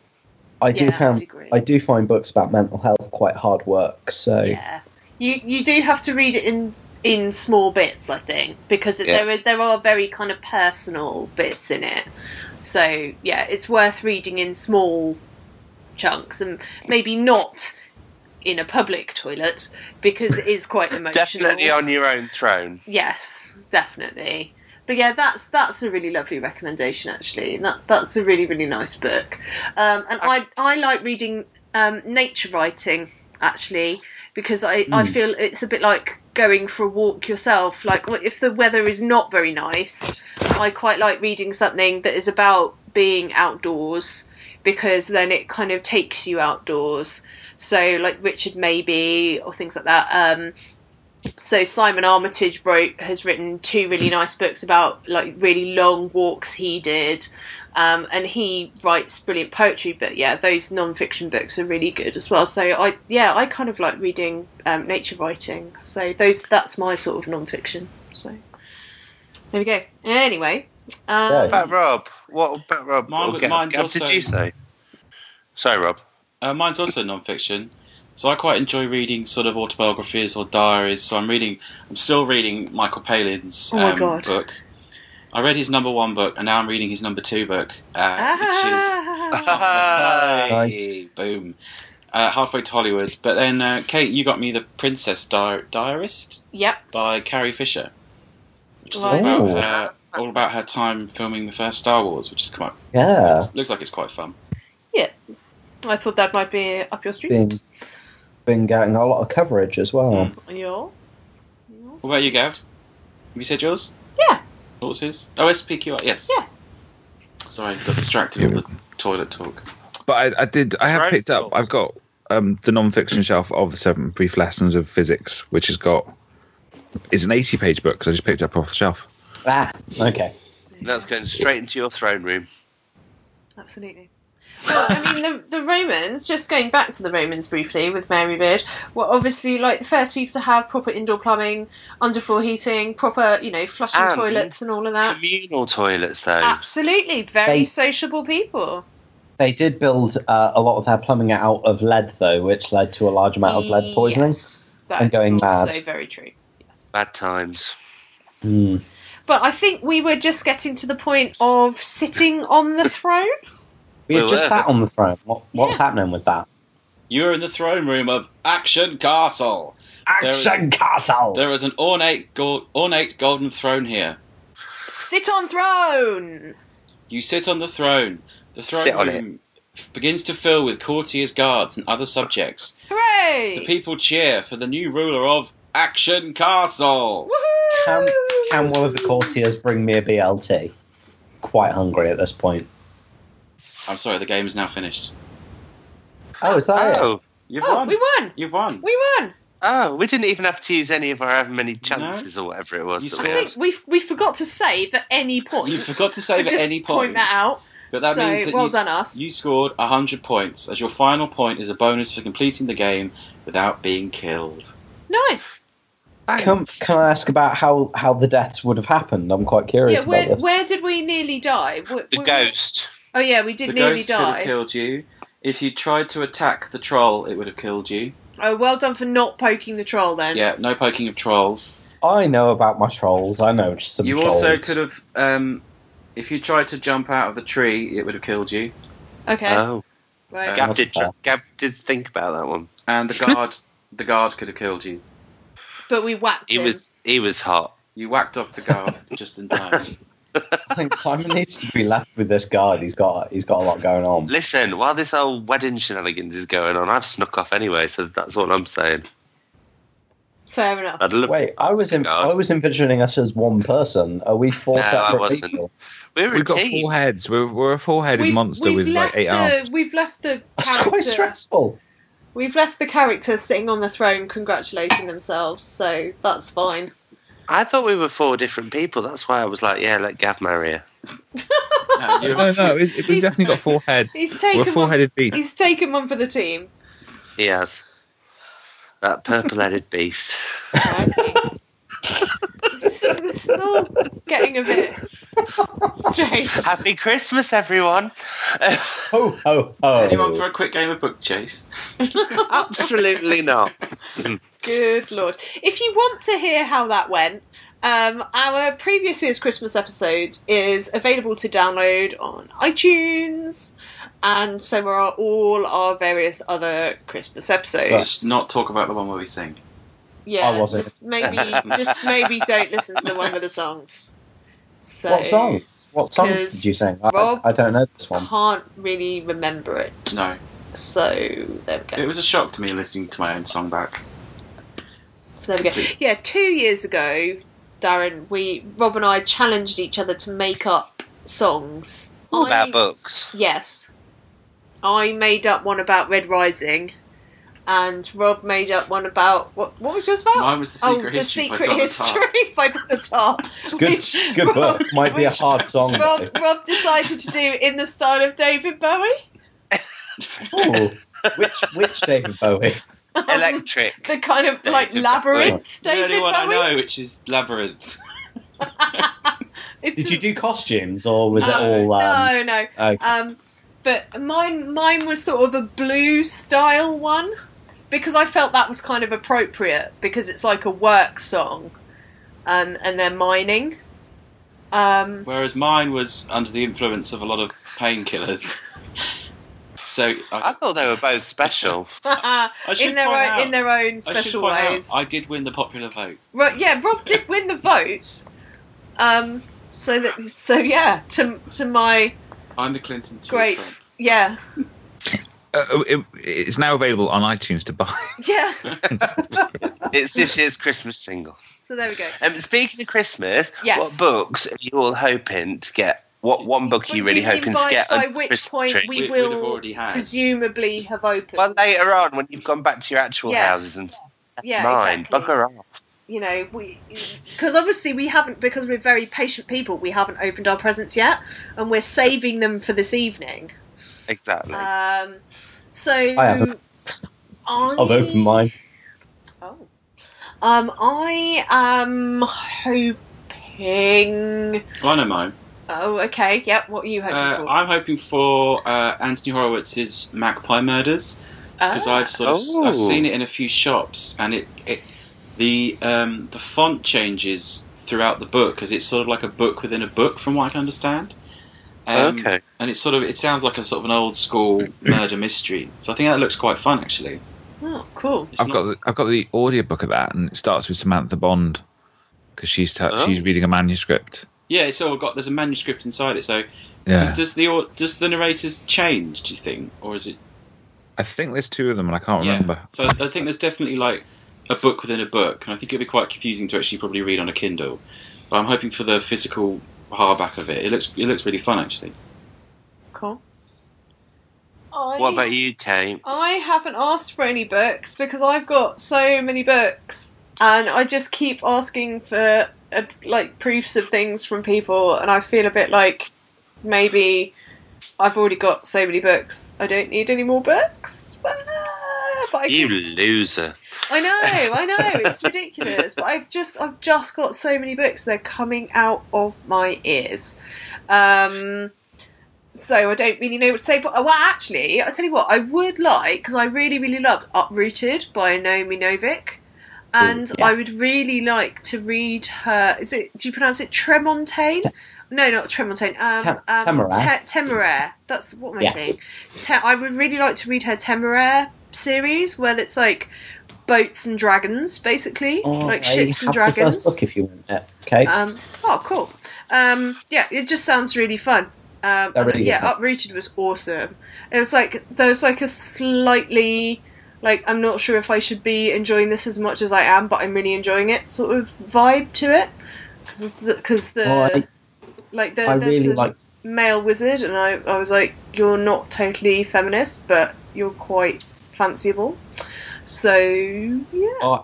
Speaker 4: I do
Speaker 2: Yeah, I'd
Speaker 4: found
Speaker 2: agree.
Speaker 4: I do find books about mental health quite hard work. So
Speaker 2: yeah. You you do have to read it in in small bits, I think, because
Speaker 3: Yeah.
Speaker 2: there are there are very kind of personal bits in it. So yeah, it's worth reading in small chunks, and maybe not in a public toilet because it is quite emotional.
Speaker 3: Definitely on your own throne.
Speaker 2: Hmm. Yes, definitely. But yeah, that's that's a really lovely recommendation actually. That that's a really really nice book. Um, and I I like reading um, nature writing actually because I I feel it's a bit like going for a walk yourself. Like w- if the weather is not very nice, I quite like reading something that is about being outdoors because then it kind of takes you outdoors. So like Richard Maybe or things like that. Um, so Simon Armitage wrote has written two really nice books about like really long walks he did, um, and he writes brilliant poetry. But yeah, those non-fiction books are really good as well. So I yeah I kind of like reading um, nature writing. So those that's my sort of non-fiction. So there we go. Anyway, um,
Speaker 4: Yeah.
Speaker 3: But Rob, what about Rob?
Speaker 5: Mine-
Speaker 3: Or Gav?
Speaker 5: mine's
Speaker 3: Gav,
Speaker 5: also-
Speaker 3: Did you say? Sorry, Rob.
Speaker 5: Uh, mine's also non-fiction, so I quite enjoy reading sort of autobiographies or diaries. So I'm reading, I'm still reading Michael Palin's
Speaker 2: Oh my
Speaker 5: um,
Speaker 2: God.
Speaker 5: book. I read his number one book, and now I'm reading his number two book, uh, which is
Speaker 2: ah,
Speaker 4: Nice.
Speaker 5: Boom. Uh, halfway to Hollywood. But then, uh, Kate, you got me The Princess Di- Diarist
Speaker 2: yep.
Speaker 5: by Carrie Fisher. Which is all
Speaker 2: Right.
Speaker 5: about,
Speaker 4: Ooh.
Speaker 5: her, all about her time filming the first Star Wars, which is come out.
Speaker 4: yeah,
Speaker 5: Looks, looks like it's quite fun.
Speaker 2: Yeah, I thought that might be up your street.
Speaker 4: been been getting a lot of coverage as well.
Speaker 2: Yours.
Speaker 5: Mm.
Speaker 2: Yours?
Speaker 5: What about you, Gav? Have you said yours?
Speaker 2: Yeah.
Speaker 5: What was his? Oh, SPQR, yes.
Speaker 2: Yes.
Speaker 5: Sorry, got distracted with the toilet talk.
Speaker 1: But I, I did. I have
Speaker 3: Right.
Speaker 1: picked up. I've got um, the non-fiction shelf of the Seven Brief Lessons of Physics, which has got. It's an eighty-page book because I just picked it up off the shelf.
Speaker 4: Ah, okay.
Speaker 3: That's going straight into your throne room.
Speaker 2: Absolutely. Well, I mean, the, the Romans, just going back to the Romans briefly with Mary Beard, were obviously like the first people to have proper indoor plumbing, underfloor heating, proper, you know, flushing
Speaker 3: And-
Speaker 2: toilets and all of that.
Speaker 3: Communal toilets, though.
Speaker 2: Absolutely. Very
Speaker 4: They-
Speaker 2: sociable people.
Speaker 4: They did build uh, a lot of their plumbing out of lead, though, which led to a large amount of lead poisoning.
Speaker 2: Yes, that
Speaker 4: and going
Speaker 2: is also
Speaker 4: mad.
Speaker 2: very true. Yes.
Speaker 3: Bad times.
Speaker 2: yes.
Speaker 4: Hmm.
Speaker 2: But I think we were just getting to the point of sitting on the throne.
Speaker 4: We had
Speaker 3: We
Speaker 4: just
Speaker 3: were.
Speaker 4: sat on the throne. What, what's
Speaker 2: Yeah.
Speaker 4: happening with that?
Speaker 5: You're in the throne room of Action Castle. is-
Speaker 4: Action Castle!
Speaker 5: There is an ornate, gold, ornate golden throne here.
Speaker 2: Sit on throne!
Speaker 5: You sit on the throne. The
Speaker 3: Sit
Speaker 5: throne
Speaker 3: on
Speaker 5: room f- begins to fill with courtiers, guards, and other subjects. The
Speaker 2: Hooray!
Speaker 5: people cheer for the new ruler of Action Castle.
Speaker 2: Woohoo!
Speaker 4: Can, can one of the courtiers bring me a BLT? Quite hungry at this point.
Speaker 5: I'm sorry, the game is now finished.
Speaker 4: Oh, is that it?
Speaker 3: Oh,
Speaker 5: You've
Speaker 2: Oh,
Speaker 5: won.
Speaker 2: we won!
Speaker 5: You've won.
Speaker 2: We won!
Speaker 3: oh, we didn't even have to use any of our however many chances or whatever it was.
Speaker 5: You
Speaker 3: that
Speaker 2: I
Speaker 3: we
Speaker 5: said-
Speaker 3: had.
Speaker 2: think we we forgot to save at any point.
Speaker 5: You forgot to save at
Speaker 2: Just
Speaker 5: any point.
Speaker 2: Point that out.
Speaker 5: But that
Speaker 2: So,
Speaker 5: means that
Speaker 2: well
Speaker 5: you, s-
Speaker 2: done, us.
Speaker 5: you scored 100 points, as your final point is a bonus for completing the game without being killed.
Speaker 2: Nice.
Speaker 4: Can, can I ask about how, how the deaths would have happened? I'm quite curious
Speaker 2: Yeah. Where
Speaker 4: about this.
Speaker 2: where did we nearly die? Where,
Speaker 3: The
Speaker 2: where-
Speaker 3: ghost.
Speaker 2: Oh yeah, we did
Speaker 5: the
Speaker 2: nearly
Speaker 5: ghost could have
Speaker 2: die.
Speaker 5: killed you. If you tried to attack the troll, it would have killed you.
Speaker 2: Oh, well done for not poking the troll then.
Speaker 5: Yeah, no poking of trolls.
Speaker 4: I know about my trolls. I know some
Speaker 5: you
Speaker 4: trolls.
Speaker 5: also could have, um, if you tried to jump out of the tree, it would have killed you.
Speaker 2: Okay.
Speaker 3: Oh,
Speaker 2: right.
Speaker 5: Uh,
Speaker 3: Gab did. tr- Gab did think about that one.
Speaker 5: And the guard, the guard could have killed you.
Speaker 2: but we whacked
Speaker 3: He
Speaker 2: him.
Speaker 3: was. He was hot.
Speaker 5: You whacked off the guard just in time.
Speaker 4: I think Simon needs to be left with this guard. He's got he's got a lot going on.
Speaker 3: Listen, while this old wedding shenanigans is going on, I've snuck off anyway, so that's all I'm saying.
Speaker 2: Fair enough.
Speaker 3: I'd love.
Speaker 4: Wait, I was in, I was envisioning us as one person. Are we four
Speaker 3: No, I
Speaker 4: separate
Speaker 3: wasn't.
Speaker 4: people?
Speaker 3: We're a
Speaker 1: We've got
Speaker 3: team.
Speaker 1: four heads. We're, we're a four-headed monster with like
Speaker 2: left
Speaker 1: eight
Speaker 2: the,
Speaker 1: arms.
Speaker 2: We've left the
Speaker 4: That's quite
Speaker 2: character.
Speaker 4: stressful.
Speaker 2: We've left the character sitting on the throne, congratulating themselves. So that's fine.
Speaker 3: I thought we were four different people. That's why I was like, yeah, let Gav marry her.
Speaker 5: No, you-
Speaker 1: No, no, it, it- we've definitely got four heads.
Speaker 2: He's
Speaker 1: We're
Speaker 2: taken one.
Speaker 1: four-headed beasts.
Speaker 2: He's taken one for the team.
Speaker 3: He has. That purple-headed beast.
Speaker 2: Okay. this, is, this is all getting a bit strange.
Speaker 3: Happy Christmas, everyone!
Speaker 4: Ho ho ho!
Speaker 5: Anyone for a quick game of book chase?
Speaker 3: Absolutely not.
Speaker 2: Good lord. If you want to hear how that went, um, our previous year's Christmas episode is available to download on iTunes, and so are all our various other Christmas episodes.
Speaker 5: Just not talk about the one where we sing.
Speaker 2: yeah,
Speaker 4: I wasn't.
Speaker 2: just maybe, just maybe don't listen to the one with the songs. So
Speaker 4: what songs? What songs
Speaker 2: Because
Speaker 4: did you sing? I,
Speaker 2: Rob-
Speaker 4: I don't know this one.
Speaker 2: Can't really remember it.
Speaker 5: No,
Speaker 2: So there we go.
Speaker 5: it was a shock to me listening to my own song back.
Speaker 2: So there we go. Yeah, two years ago, Darren, we Rob and I challenged each other to make up songs.
Speaker 3: About
Speaker 2: I,
Speaker 3: books.
Speaker 2: yes, I made up one about Red Rising, and Rob made up one about what? What was yours about?
Speaker 5: Mine was the secret
Speaker 2: oh, the
Speaker 5: history.
Speaker 2: Secret
Speaker 5: by History.
Speaker 2: History by Donna Tartt.
Speaker 4: It's good.
Speaker 2: which-
Speaker 4: It's a good book. Might be a
Speaker 2: which-
Speaker 4: hard song.
Speaker 2: Rob, Rob decided to do in the style of David Bowie.
Speaker 4: though. Ooh. which which David Bowie?
Speaker 3: Electric.
Speaker 2: The kind of like
Speaker 3: David
Speaker 2: labyrinth
Speaker 5: The
Speaker 2: David
Speaker 5: only one I
Speaker 2: Bowie.
Speaker 5: know, which is Labyrinth.
Speaker 2: It's
Speaker 4: Did
Speaker 2: a-
Speaker 4: you do costumes or was it
Speaker 2: Um,
Speaker 4: all? Um,
Speaker 2: no, no.
Speaker 4: okay.
Speaker 2: Um, but mine, mine was sort of a blues style one because I felt that was kind of appropriate because it's like a work song, um, and they're mining. Um,
Speaker 5: Whereas mine was under the influence of a lot of painkillers. so
Speaker 3: I
Speaker 5: I,
Speaker 3: thought they were both special.
Speaker 5: I should
Speaker 2: in their
Speaker 5: point
Speaker 2: own,
Speaker 5: out,
Speaker 2: in their own
Speaker 5: I should
Speaker 2: special
Speaker 5: point out,
Speaker 2: ways.
Speaker 5: I did win the popular vote.
Speaker 2: Ro- yeah, Rob did win the vote. Um, so that, so yeah, to to my
Speaker 5: I'm the Clinton to
Speaker 2: Great.
Speaker 5: Trump.
Speaker 2: yeah
Speaker 1: Uh, it, it's now available on iTunes to buy.
Speaker 2: yeah.
Speaker 3: It's this year's Christmas single.
Speaker 2: So there we go.
Speaker 3: Um, speaking of Christmas,
Speaker 2: Yes.
Speaker 3: what books are you all hoping to get? What one book are you
Speaker 2: But
Speaker 3: really
Speaker 2: you mean
Speaker 3: hoping
Speaker 2: by,
Speaker 3: to get?
Speaker 2: by
Speaker 3: under the
Speaker 2: which
Speaker 3: Christmas
Speaker 2: point
Speaker 3: tree?
Speaker 2: we
Speaker 5: We- we'd
Speaker 2: will
Speaker 5: have already had.
Speaker 2: presumably have opened.
Speaker 3: Well, later on, when you've gone back to your actual
Speaker 2: Yes.
Speaker 3: houses and
Speaker 2: yeah,
Speaker 3: mine,
Speaker 2: exactly.
Speaker 3: bugger off.
Speaker 2: you know, we because obviously we haven't because we're very patient people. We haven't opened our presents yet, and we're saving them for this evening.
Speaker 3: Exactly.
Speaker 2: Um, so um,
Speaker 4: I haven't.
Speaker 2: I-
Speaker 4: I've opened mine.
Speaker 2: Oh. Um, I am hoping.
Speaker 5: Well, I know mine.
Speaker 2: Oh, okay. Yep. What are you hoping
Speaker 5: Uh,
Speaker 2: for?
Speaker 5: I'm hoping for uh, Anthony Horowitz's Magpie Murders because
Speaker 2: Ah,
Speaker 5: I've sort of
Speaker 3: Oh.
Speaker 5: I've seen it in a few shops and it, it the um, the font changes throughout the book because it's sort of like a book within a book from what I can understand. Um,
Speaker 3: okay.
Speaker 5: And it's sort of it sounds like a sort of an old school murder mystery. So I think that looks quite fun actually.
Speaker 2: oh, cool.
Speaker 5: It's
Speaker 1: I've
Speaker 5: not-
Speaker 1: got the, I've got the audiobook of that, and it starts with Samantha Bond because she's ta
Speaker 3: Oh.
Speaker 1: she's reading a manuscript.
Speaker 5: yeah, it's all got there's a manuscript inside it. So
Speaker 1: Yeah,
Speaker 5: does, does the au- does the narrators change? Do you think, or is it
Speaker 1: I think there's two of them, and I can't remember.
Speaker 5: So I I think there's definitely like a book within a book, and I think it'd be quite confusing to actually probably read on a Kindle. But I'm hoping for the physical hardback of it. It looks it looks really fun actually.
Speaker 2: Cool. I...
Speaker 3: What about you, Kate?
Speaker 2: I haven't asked for any books because I've got so many books, and I just keep asking for uh, like proofs of things from people, and I feel a bit like maybe I've already got so many books, I don't need any more books. But I,
Speaker 3: You
Speaker 2: keep-
Speaker 3: loser.
Speaker 2: I know, I know, it's ridiculous, but I've just I've just got so many books; they're coming out of my ears. Um, so I don't really know what to say. But uh, well, actually, I'll tell you what I would like because I really, really loved Uprooted by Naomi Novik, and
Speaker 4: Ooh, yeah.
Speaker 2: I would really like to read her. Is it? Do you pronounce it Tremontaine? No, not Tremontaine. Um,
Speaker 4: Tem-
Speaker 2: um,
Speaker 4: Temeraire.
Speaker 2: Te- Temeraire. That's what am I
Speaker 4: Yeah.
Speaker 2: saying? Te- I would really like to read her Temeraire series, where it's like boats and dragons, basically, like
Speaker 4: Oh, I
Speaker 2: ships and
Speaker 4: have the
Speaker 2: dragons.
Speaker 4: first book if you want it. Okay.
Speaker 2: Um, oh, cool. Um, yeah, it just sounds really fun. Um,
Speaker 4: That really
Speaker 2: and,
Speaker 4: is
Speaker 2: yeah,
Speaker 4: fun.
Speaker 2: uprooted was awesome. It was like there was like a slightly like I'm not sure if I should be enjoying this as much as I am, but I'm really enjoying it. Sort of vibe to it because the,
Speaker 4: Well, Oh, I,
Speaker 2: like the,
Speaker 4: I
Speaker 2: there's
Speaker 4: really
Speaker 2: a
Speaker 4: like.
Speaker 2: male wizard, and I I was like, you're not totally feminist, but you're quite fanciable. So yeah,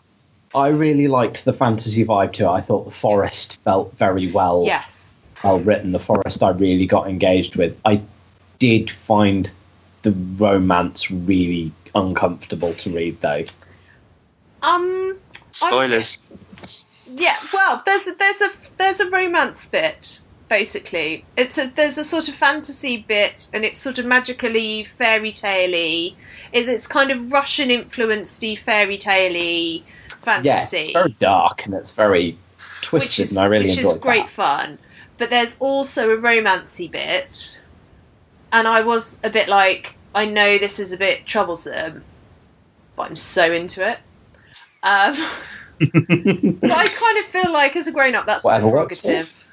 Speaker 4: I really liked the fantasy vibe to it. I thought the forest felt very well
Speaker 2: yes.
Speaker 4: well written. The forest I really got engaged with. I did find the romance really uncomfortable to read though.
Speaker 2: Um,
Speaker 3: Spoilers.
Speaker 2: yeah. Well, there's a, there's a there's a romance bit basically. It's a there's a sort of fantasy bit, and it's sort of magically fairy tale-y. It, it's kind of Russian influenced fairy tale-y
Speaker 4: Yeah,
Speaker 2: fantasy,
Speaker 4: it's very dark and it's very
Speaker 2: which
Speaker 4: twisted,
Speaker 2: is
Speaker 4: and I really
Speaker 2: which
Speaker 4: enjoyed
Speaker 2: is great
Speaker 4: that.
Speaker 2: fun. But there's also a romancy bit, and I was a bit like, I know this is a bit troublesome, but I'm so into it. Um, but I kind of feel like as a grown up, that's my
Speaker 4: Whatever works for you.
Speaker 2: prerogative.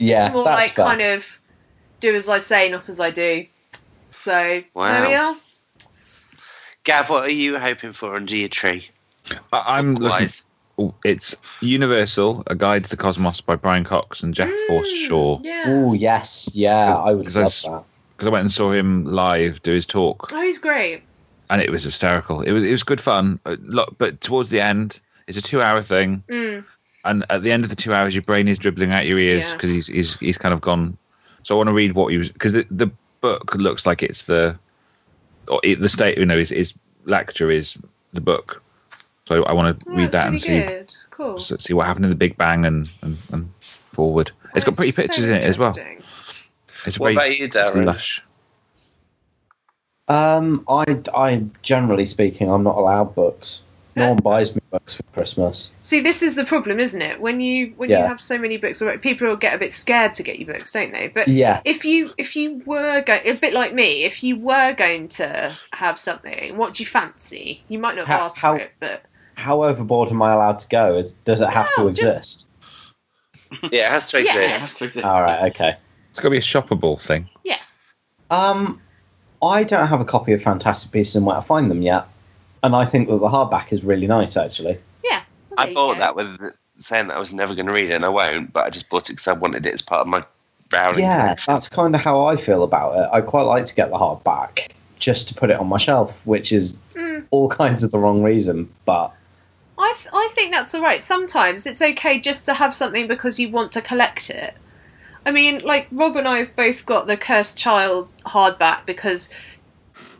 Speaker 4: Yeah,
Speaker 2: it's more
Speaker 4: that's
Speaker 2: like
Speaker 4: fair.
Speaker 2: kind of do as I say, not as I do. So there we
Speaker 3: Wow.
Speaker 2: are.
Speaker 3: Gav, what are you hoping for under your tree?
Speaker 1: I, I'm looking.
Speaker 3: Wise.
Speaker 1: oh, It's Universal: A Guide to the Cosmos by Brian Cox and Jeff Force
Speaker 2: Mm,
Speaker 1: Shaw.
Speaker 2: Yeah.
Speaker 4: Oh yes, yeah, I would
Speaker 1: 'Cause
Speaker 4: love
Speaker 1: that's-
Speaker 4: that.
Speaker 1: Because I went and saw him live do his talk,
Speaker 2: Oh, he's great.
Speaker 1: and it was hysterical. It was it was good fun. uh, lo- But towards the end, it's a two-hour thing,
Speaker 2: Mm.
Speaker 1: and at the end of the two hours, your brain is dribbling out your ears
Speaker 2: Yeah.
Speaker 1: because he's he's he's kind of gone. So I want to read what he was because the, the book looks like it's the or it, the state. You know, his, his lecture is the book. So I want to
Speaker 2: Oh,
Speaker 1: read that
Speaker 2: that's
Speaker 1: and
Speaker 2: really
Speaker 1: see
Speaker 2: good. Cool.
Speaker 1: so see what happened in the Big Bang and and, and forward. It's got
Speaker 2: That's
Speaker 1: pretty
Speaker 2: so
Speaker 1: pictures in it as well.
Speaker 2: interesting.
Speaker 1: It's
Speaker 3: What
Speaker 1: very
Speaker 3: about you,
Speaker 1: it's
Speaker 3: Darren?
Speaker 1: lush.
Speaker 4: Um, I, I generally speaking, I'm not allowed books. No one buys me books for Christmas.
Speaker 2: See, this is the problem, isn't it? When you when you
Speaker 4: Yeah.
Speaker 2: have so many books, already, people will get a bit scared to get you books, don't they? But
Speaker 4: Yeah,
Speaker 2: if you if you were going a bit like me, if you were going to have something, what do you fancy? You might not
Speaker 4: How-
Speaker 2: ask
Speaker 4: how-
Speaker 2: for it, but
Speaker 4: how overboard am I allowed to go? Is does it have to
Speaker 2: No, just-
Speaker 4: exist?
Speaker 3: Yeah, it has to exist.
Speaker 5: It has to exist.
Speaker 4: All right, okay.
Speaker 1: It's got to be a shoppable thing.
Speaker 4: Um, I don't have a copy of Fantastic Beasts and Where to Find Them yet, and I think that the hardback is really nice actually.
Speaker 2: well, there
Speaker 3: I
Speaker 2: you
Speaker 3: bought
Speaker 2: go.
Speaker 3: that with saying that I was never going to read it, and I won't. But I just bought it because I wanted it as part of my Rowling.
Speaker 4: Yeah,
Speaker 3: collection.
Speaker 4: that's kind of how I feel about it. I quite like to get the hardback just to put it on my shelf, which is
Speaker 2: Mm.
Speaker 4: all kinds of the wrong reason, but
Speaker 2: I th- I think that's all right. Sometimes it's okay just to have something because you want to collect it. I mean, like Rob and I have both got the Cursed Child hardback because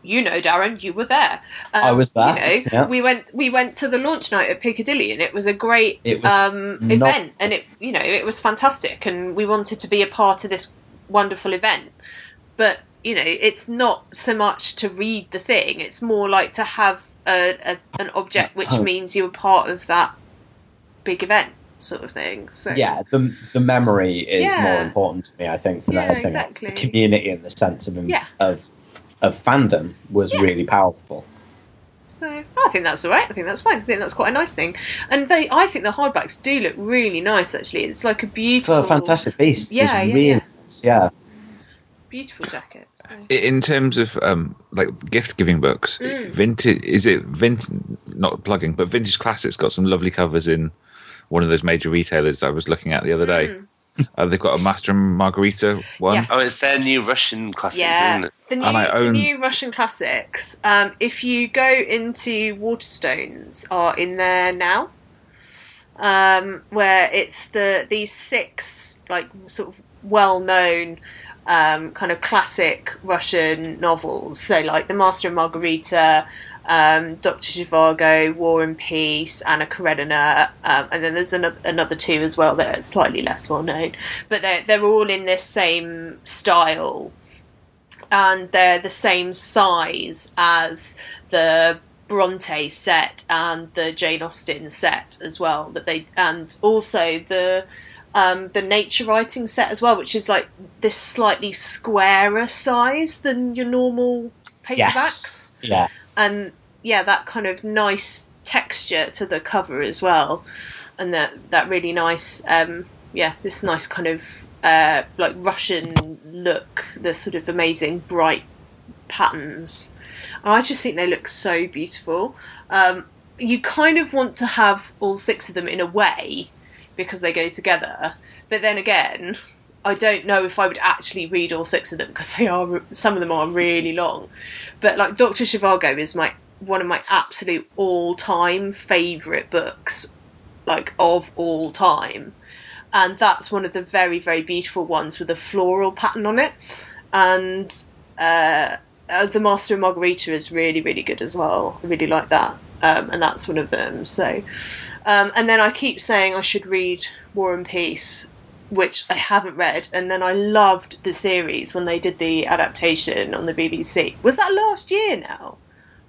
Speaker 2: you know, Darren, you were there. Um,
Speaker 4: I was there,
Speaker 2: You know,
Speaker 4: yeah.
Speaker 2: we went we went to the launch night at Piccadilly, and it was a great
Speaker 4: It was
Speaker 2: um,
Speaker 4: not-
Speaker 2: event, and it you know it was fantastic, and we wanted to be a part of this wonderful event. But you know, it's not so much to read the thing; it's more like to have a, a an object, which
Speaker 4: Oh.
Speaker 2: means you were part of that big event, sort of thing. So
Speaker 4: yeah, the the memory is
Speaker 2: Yeah.
Speaker 4: more important to me, I think, than
Speaker 2: Yeah,
Speaker 4: anything.
Speaker 2: exactly.
Speaker 4: The community and the sense of
Speaker 2: Yeah.
Speaker 4: of of fandom was
Speaker 2: Yeah.
Speaker 4: really powerful.
Speaker 2: So I think that's all right. I think that's fine. I think that's quite a nice thing. And they, I think the hardbacks do look really nice. Actually, it's like a beautiful,
Speaker 4: For Fantastic Beasts, is
Speaker 2: Yeah, yeah,
Speaker 4: really
Speaker 2: yeah.
Speaker 4: nice, yeah.
Speaker 2: beautiful jacket. So.
Speaker 1: I- In terms of um, like gift giving books,
Speaker 2: Mm.
Speaker 1: vintage is it vintage? Not plugging, but vintage classics got some lovely covers in one of those major retailers that I was looking at the other day.
Speaker 2: Mm.
Speaker 1: Uh, they've got a Master and Margarita one.
Speaker 2: Yeah.
Speaker 3: Oh, it's their new Russian classic, isn't
Speaker 2: Yeah,
Speaker 3: it?
Speaker 2: the new,
Speaker 1: And I own-
Speaker 2: the new Russian classics. Um, if you go into Waterstones, are in there now, um, where it's the these six like sort of well-known um, kind of classic Russian novels. So like The Master and Margarita. Um, Doctor Zhivago, War and Peace, Anna Karenina, um, and then there's another, another two as well that are slightly less well known, but they're they're all in this same style and they're the same size as the Bronte set and the Jane Austen set as well. That they and also the um, the nature writing set as well, which is like this slightly squarer size than your normal paperbacks.
Speaker 4: Yes. Yeah.
Speaker 2: And yeah, that kind of nice texture to the cover as well, and that that really nice um, yeah, this nice kind of uh, like Russian look, the sort of amazing bright patterns. And I just think they look so beautiful. Um, you kind of want to have all six of them in a way because they go together. But then again, I don't know if I would actually read all six of them because they are some of them are really long. But like Doctor Shivago is my one of my absolute all-time favorite books, like of all time and that's one of the very very beautiful ones with a floral pattern on it and uh, uh, the master and margarita is really really good as well i really like that um, and that's one of them so um, and then i keep saying i should read war and peace which i haven't read and then i loved the series when they did the adaptation on the bbc was that last year now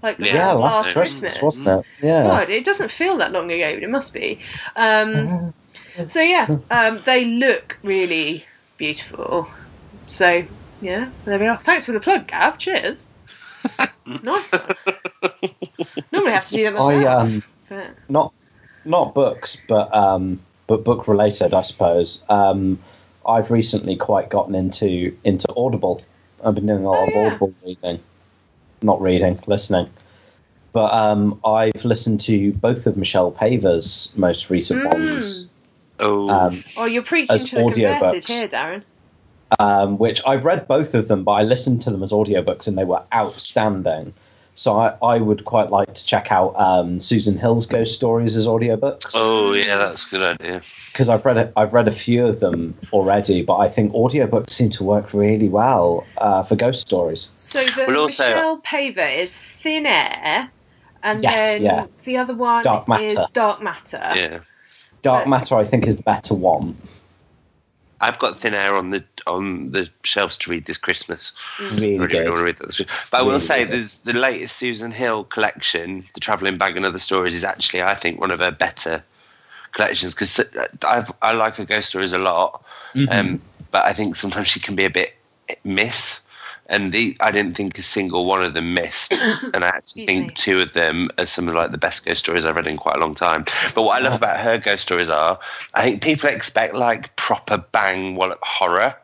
Speaker 2: like
Speaker 4: Yeah,
Speaker 2: uh,
Speaker 4: last Christmas, wasn't it? Yeah.
Speaker 2: God, it doesn't feel that long ago, but it must be. Um, so yeah, um, they look really beautiful. So yeah, there we are. Thanks for the plug, Gav. Cheers. nice one. Normally I have to do that myself.
Speaker 4: I um
Speaker 2: but-
Speaker 4: not not books, but um, but book related, I suppose. Um, I've recently quite gotten into into Audible. I've been doing a lot
Speaker 2: Oh,
Speaker 4: of
Speaker 2: yeah.
Speaker 4: Audible reading, not reading, listening. But um, I've listened to both of Michelle Paver's most recent
Speaker 2: Mm.
Speaker 4: ones,
Speaker 3: Oh,
Speaker 4: um,
Speaker 2: Oh, you're preaching
Speaker 4: As
Speaker 2: to the converted
Speaker 4: audiobooks.
Speaker 2: here, Darren.
Speaker 4: um, which I've read both of them, but I listened to them as audiobooks and they were outstanding. So I, I would quite like to check out um, Susan Hill's ghost stories as audiobooks.
Speaker 3: oh yeah, that's a good idea.
Speaker 4: because I've read a, I've read a few of them already, but I think audiobooks seem to work really well uh, for ghost stories.
Speaker 2: So the
Speaker 3: Well, also-
Speaker 2: Michelle Paver is Thin Air, and
Speaker 4: Yes,
Speaker 2: then
Speaker 4: yeah.
Speaker 2: the other one
Speaker 4: Dark Matter.
Speaker 2: is Dark Matter.
Speaker 3: Yeah,
Speaker 4: Dark
Speaker 2: Right.
Speaker 4: Matter, I think, is the better one.
Speaker 3: I've got Thin Air on the on the shelves to read this Christmas.
Speaker 2: Mm.
Speaker 3: I
Speaker 4: Really
Speaker 3: really, really want to
Speaker 4: good.
Speaker 3: read that. this Christmas. But I will
Speaker 4: Really
Speaker 3: say,
Speaker 4: good.
Speaker 3: there's the latest Susan Hill collection, "The Travelling Bag and Other Stories," is actually, I think, one of her better collections because I I like her ghost stories a lot.
Speaker 2: Mm-hmm.
Speaker 3: Um, but I think sometimes she can be a bit miss. And the, I didn't think a single one of them missed. And I actually
Speaker 2: Excuse
Speaker 3: think
Speaker 2: me.
Speaker 3: two of them are some of like the best ghost stories I've read in quite a long time. But what I love about her ghost stories are, I think people expect like proper bang wallop horror.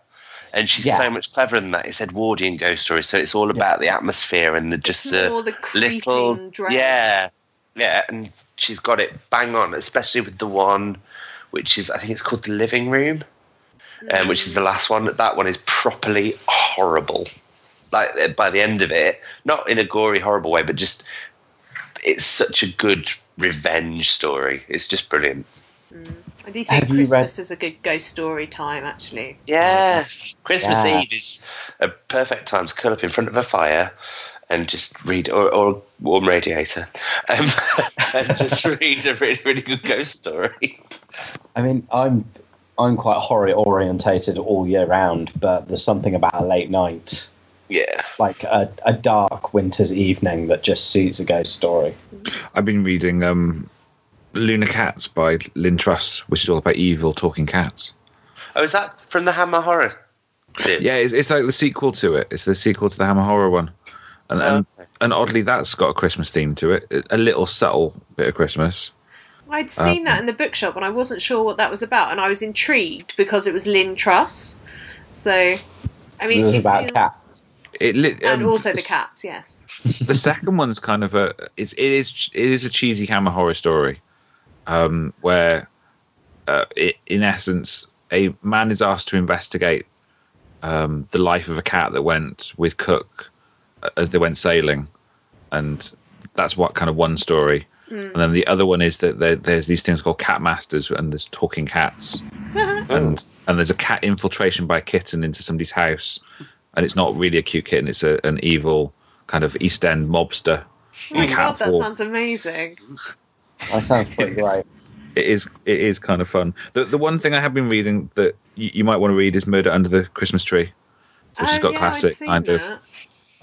Speaker 3: And she's
Speaker 4: Yeah.
Speaker 3: so much cleverer than that. It's Edwardian ghost stories, so it's all about the atmosphere and the just
Speaker 2: It's
Speaker 3: the
Speaker 2: more the
Speaker 3: little
Speaker 2: creeping dread.
Speaker 3: yeah yeah and she's got it bang on especially with the one which is i think it's called the living room um, which
Speaker 2: Mm.
Speaker 3: is the last one that one is properly horrible like uh, by the end of it not in a gory horrible way but just it's such a good revenge story it's just brilliant
Speaker 2: I do think
Speaker 4: Have you read-
Speaker 2: Christmas is a good ghost story time, actually.
Speaker 3: yeah christmas
Speaker 4: Yeah.
Speaker 3: eve is a perfect time to curl up in front of a fire and just read or, or a warm radiator um, and just read a really really good ghost story
Speaker 4: I mean, I'm I'm quite horror orientated all year round, but there's something about a late night,
Speaker 3: yeah
Speaker 4: like a, a dark winter's evening, that just suits a ghost story.
Speaker 1: I've been reading um, Luna Cats by Lynn Truss, which is all about evil talking cats.
Speaker 3: oh is that from the hammer horror series?
Speaker 1: Yeah, it's, it's like the sequel to it. It's the sequel to the Hammer Horror one, and and,
Speaker 3: Okay.
Speaker 1: and oddly, that's got a Christmas theme to it. A little subtle bit of Christmas.
Speaker 4: Uh,
Speaker 2: I'd seen that in the bookshop and I wasn't sure what that was about, and I was intrigued because it was Lynn Truss. So, I mean,
Speaker 4: it was
Speaker 2: if
Speaker 4: about
Speaker 2: you-
Speaker 4: cats.
Speaker 1: It lit,
Speaker 2: and
Speaker 1: um,
Speaker 2: also the
Speaker 1: s-
Speaker 2: cats. Yes,
Speaker 1: the second one's kind of a it's it is it is a cheesy hammer horror story um where uh, it, in essence a man is asked to investigate um the life of a cat that went with cook uh, as they went sailing and that's what kind of one story
Speaker 2: Hmm.
Speaker 1: and then the other one is that there, there's these things called cat masters and there's talking cats and and there's a cat infiltration by a kitten into somebody's house and it's not really a cute kitten it's a, an evil kind of east end mobster
Speaker 2: oh my
Speaker 1: in a
Speaker 2: god,
Speaker 1: cat
Speaker 2: that
Speaker 1: form.
Speaker 2: sounds amazing.
Speaker 4: That sounds pretty great.
Speaker 1: it is it is kind of fun the, the one thing i have been reading that you, you might want to read is murder under the christmas tree which
Speaker 2: oh,
Speaker 1: has got
Speaker 2: yeah, I'd
Speaker 1: classic
Speaker 2: seen
Speaker 1: kind
Speaker 2: that.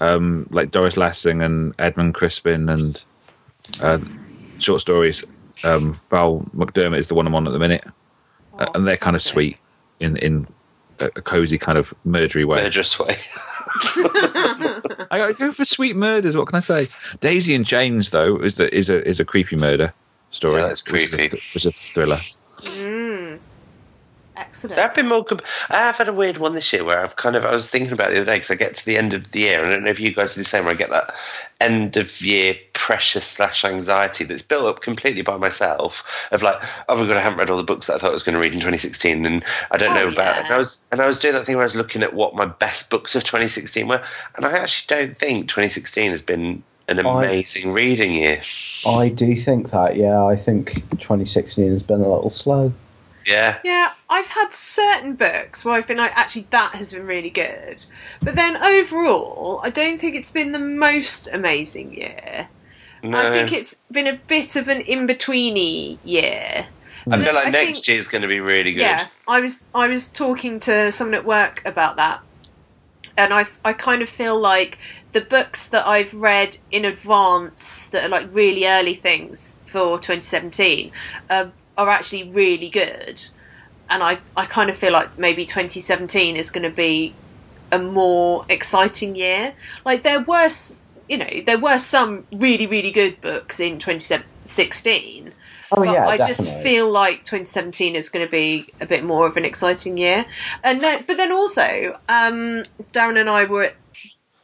Speaker 1: of um, like Doris Lessing and Edmund Crispin and uh, short stories. Um, Val McDermott is the one I'm on at the minute,
Speaker 2: Oh,
Speaker 1: uh, and they're kind of
Speaker 2: Fantastic.
Speaker 1: sweet in in a, a cozy kind of murdery way.
Speaker 3: murderous way.
Speaker 1: I, I go for sweet murders. What can I say? Daisy and Chains, though, is the, is a is a creepy murder story.
Speaker 3: Yeah, that's
Speaker 1: which is a
Speaker 3: creepy.
Speaker 1: th- which is a thriller.
Speaker 2: Mm. Excellent.
Speaker 3: There have been more. Comp- I have had a weird one this year where I've kind of. I was thinking about it the other day because I get to the end of the year, and I don't know if you guys are the same. Where I get that end of year pressure slash anxiety that's built up completely by myself. Of like, oh my god, I haven't read all the books that I thought I was going to read in 2016, and I don't
Speaker 2: Oh,
Speaker 3: know about.
Speaker 2: yeah.
Speaker 3: And I was and I was doing that thing where I was looking at what my best books of 2016 were, and I actually don't think 2016 has been an
Speaker 4: I-
Speaker 3: amazing reading year.
Speaker 4: I do think that, yeah. I think 2016 has been a little slow.
Speaker 3: Yeah,
Speaker 2: Yeah, I've had certain books where I've been like, actually, that has been really good. But then overall, I don't think it's been the most amazing year.
Speaker 3: no.
Speaker 2: I think it's been a bit of an in betweeny year.
Speaker 3: I feel like
Speaker 2: I
Speaker 3: next
Speaker 2: think-
Speaker 3: year's going to be really good.
Speaker 2: Yeah, I was I was talking to someone at work about that, and I I kind of feel like the books that I've read in advance that are like really early things for 2017 um, are actually really good, and I I kind of feel like maybe 2017 is going to be a more exciting year. Like there were s- you know there were some really really good books in 2016
Speaker 4: Oh
Speaker 2: but
Speaker 4: yeah,
Speaker 2: I
Speaker 4: definitely.
Speaker 2: just feel like 2017 is going to be a bit more of an exciting year. And then, but then also, um, Darren and I were at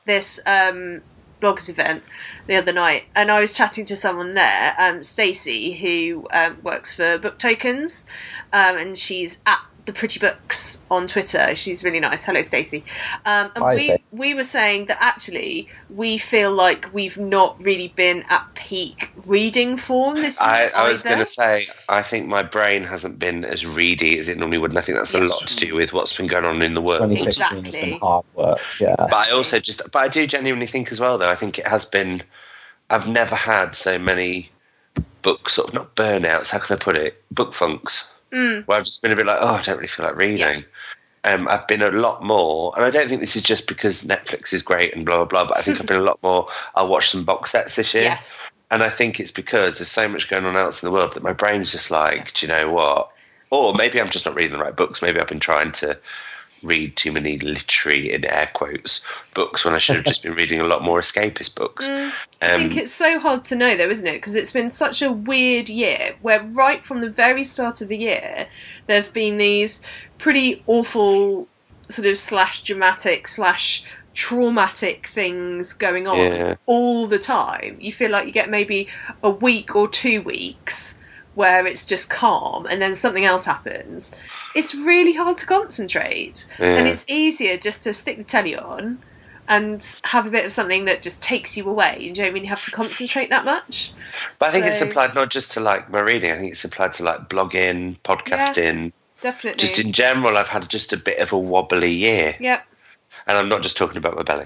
Speaker 2: this um, bloggers event the other night, and I was chatting to someone there, um, Stacey, who um, works for Book Tokens, um, and she's at the Pretty Books on Twitter. She's really nice. Hello, Stacey. Um, and
Speaker 4: Hi,
Speaker 2: we
Speaker 4: Stacey.
Speaker 2: we were saying that actually we feel like we've not really been at peak reading form this year.
Speaker 3: I, I was
Speaker 2: either.
Speaker 3: going to say, I think my brain hasn't been as reedy as it normally would, and I think that's
Speaker 2: Yes.
Speaker 3: a lot to do with what's been going on in the world.
Speaker 4: 2016 has
Speaker 2: Exactly.
Speaker 4: been hard work. Yeah.
Speaker 3: But I also just, but I do genuinely think as well, though, I think it has been, I've never had so many book sort of, not burnouts, how can I put it, book funks,
Speaker 2: Mm.
Speaker 3: where I've just been a bit like, oh, I don't really feel like reading. Um, I've been a lot more, and I don't think this is just because Netflix is great and blah, blah, blah, but I think I've been a lot more, I watched some box sets this year.
Speaker 2: Yes.
Speaker 3: And I think it's because there's so much going on else in the world that my brain's just like, do you know what? Or maybe I'm just not reading the right books. Maybe I've been trying to read too many literary, in air quotes, books when I should have just been reading a lot more escapist books.
Speaker 2: Mm, I think
Speaker 3: Um,
Speaker 2: it's so hard to know, though, isn't it? Because it's been such a weird year where, right from the very start of the year, there have been these pretty awful, sort of slash dramatic, slash traumatic things going on
Speaker 3: Yeah.
Speaker 2: all the time. You feel like you get maybe a week or two weeks where it's just calm and then something else happens. It's really hard to concentrate. And
Speaker 3: Yeah.
Speaker 2: it's easier just to stick the telly on and have a bit of something that just takes you away. You don't really have to concentrate that much.
Speaker 3: but I think it's
Speaker 2: so-
Speaker 3: applied not just to like my reading. I think it's applied to like blogging, podcasting,
Speaker 2: Definitely.
Speaker 3: just in general. I've had just a bit of a wobbly year.
Speaker 2: Yep.
Speaker 3: and I'm not just talking about my belly.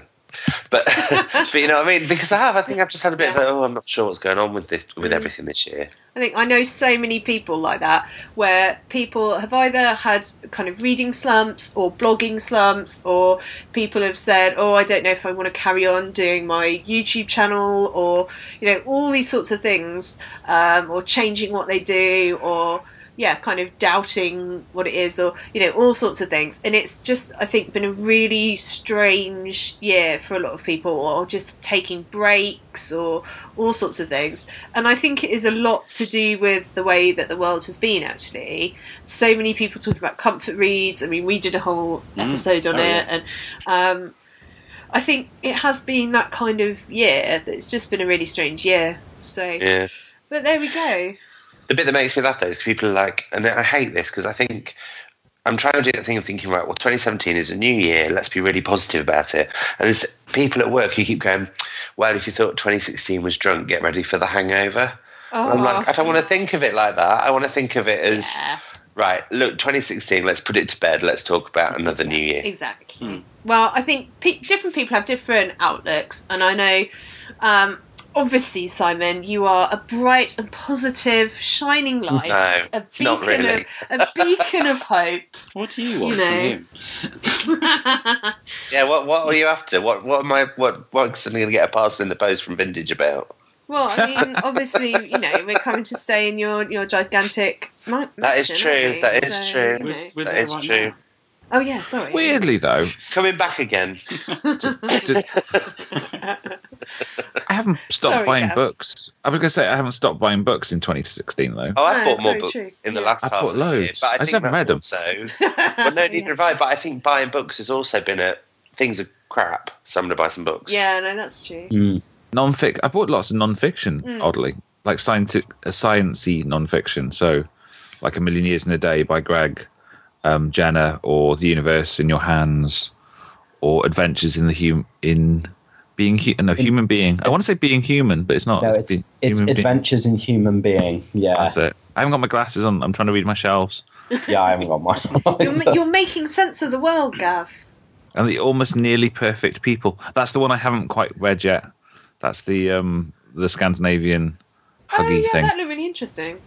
Speaker 3: But, but you know what I mean? Because I have, I think I've just had a bit of a, oh, I'm not sure what's going on with this,
Speaker 2: Mm.
Speaker 3: with everything this year.
Speaker 2: I think I know so many people like that where people have either had kind of reading slumps or blogging slumps, or people have said, Oh, I don't know if I want to carry on doing my YouTube channel, or, you know, all these sorts of things, um, or changing what they do, or, yeah, kind of doubting what it is, or, you know, all sorts of things. And it's just, I think, been a really strange year for a lot of people, or just taking breaks, or all sorts of things. And I think it is a lot to do with the way that the world has been, actually. So many people talk about comfort reads. I mean, we did a whole episode on
Speaker 5: Oh,
Speaker 2: it.
Speaker 5: yeah.
Speaker 2: And um, I think it has been that kind of year that it's just been a really strange year. So,
Speaker 3: Yeah.
Speaker 2: but there we go.
Speaker 3: The bit that makes me laugh though is people are like, and I hate this because I think I'm trying to do that thing of thinking, right, well, 2017 is a new year. Let's be really positive about it. And there's people at work who keep going, well, if you thought 2016 was drunk, get ready for the hangover.
Speaker 2: Oh,
Speaker 3: I'm like, I don't want to think of it like that. I want to think of it as,
Speaker 2: yeah,
Speaker 3: right, look, 2016, let's put it to bed. Let's talk about another new year.
Speaker 2: exactly. Well, I think pe- different people have different outlooks, and I know um, obviously, Simon, you are a bright and positive, shining light,
Speaker 3: No,
Speaker 2: a beacon
Speaker 3: not really.
Speaker 2: of a beacon of hope.
Speaker 5: What do you want
Speaker 2: You know.
Speaker 5: from him?
Speaker 3: Yeah, what what are you after? What what am I what what's going to get a parcel in the post from Vintage about?
Speaker 2: well, I mean, obviously, you know, we're coming to stay in your your gigantic. Ma-
Speaker 3: That is
Speaker 2: mansion,
Speaker 3: true,
Speaker 2: aren't we?
Speaker 3: that is
Speaker 2: So,
Speaker 3: true.
Speaker 2: you
Speaker 5: We're,
Speaker 2: know.
Speaker 5: we're
Speaker 3: That
Speaker 5: there
Speaker 3: is
Speaker 5: right
Speaker 3: true.
Speaker 5: now.
Speaker 2: Oh yeah, sorry.
Speaker 1: Weirdly though,
Speaker 3: Coming back again.
Speaker 1: d- I haven't stopped
Speaker 2: Sorry,
Speaker 1: buying
Speaker 2: Gav.
Speaker 1: books. I was going to say I haven't stopped buying books in 2016 though.
Speaker 3: Oh,
Speaker 2: No, Ah,
Speaker 3: I
Speaker 2: it's
Speaker 3: bought more
Speaker 2: very
Speaker 3: books
Speaker 2: true.
Speaker 3: in the
Speaker 2: Yeah.
Speaker 3: last
Speaker 1: I
Speaker 3: half
Speaker 1: bought
Speaker 3: of the year,
Speaker 1: loads.
Speaker 3: but I,
Speaker 1: I
Speaker 3: think
Speaker 1: just haven't
Speaker 3: that's
Speaker 1: read 'em.
Speaker 3: also well, no need
Speaker 2: yeah.
Speaker 3: to buy. But I think buying books has also been a things are crap. So I'm going to buy some books.
Speaker 2: Yeah, no, that's true.
Speaker 1: Non-fic. I bought lots of non-fiction,
Speaker 2: Mm.
Speaker 1: oddly, like scientific, uh, sciencey non-fiction. So, like A Million Years in a Day by Greg um, Jenner, or The Universe in Your Hands, or Adventures in the hum- in being hu- no human being. I want to say being human, but it's not.
Speaker 4: No, it's
Speaker 1: being
Speaker 4: it's
Speaker 1: human being. Ah.
Speaker 4: Adventures in Human Being. Yeah,
Speaker 1: That's it. I haven't got my glasses on. I'm trying to read my shelves,
Speaker 4: yeah, I haven't got mine.
Speaker 2: You're, ma- you're making sense of the world, Gav.
Speaker 1: and the almost nearly perfect people. That's the one I haven't quite read yet. That's the um the Scandinavian huggy
Speaker 2: oh yeah,
Speaker 1: thing.
Speaker 2: that looked really interesting.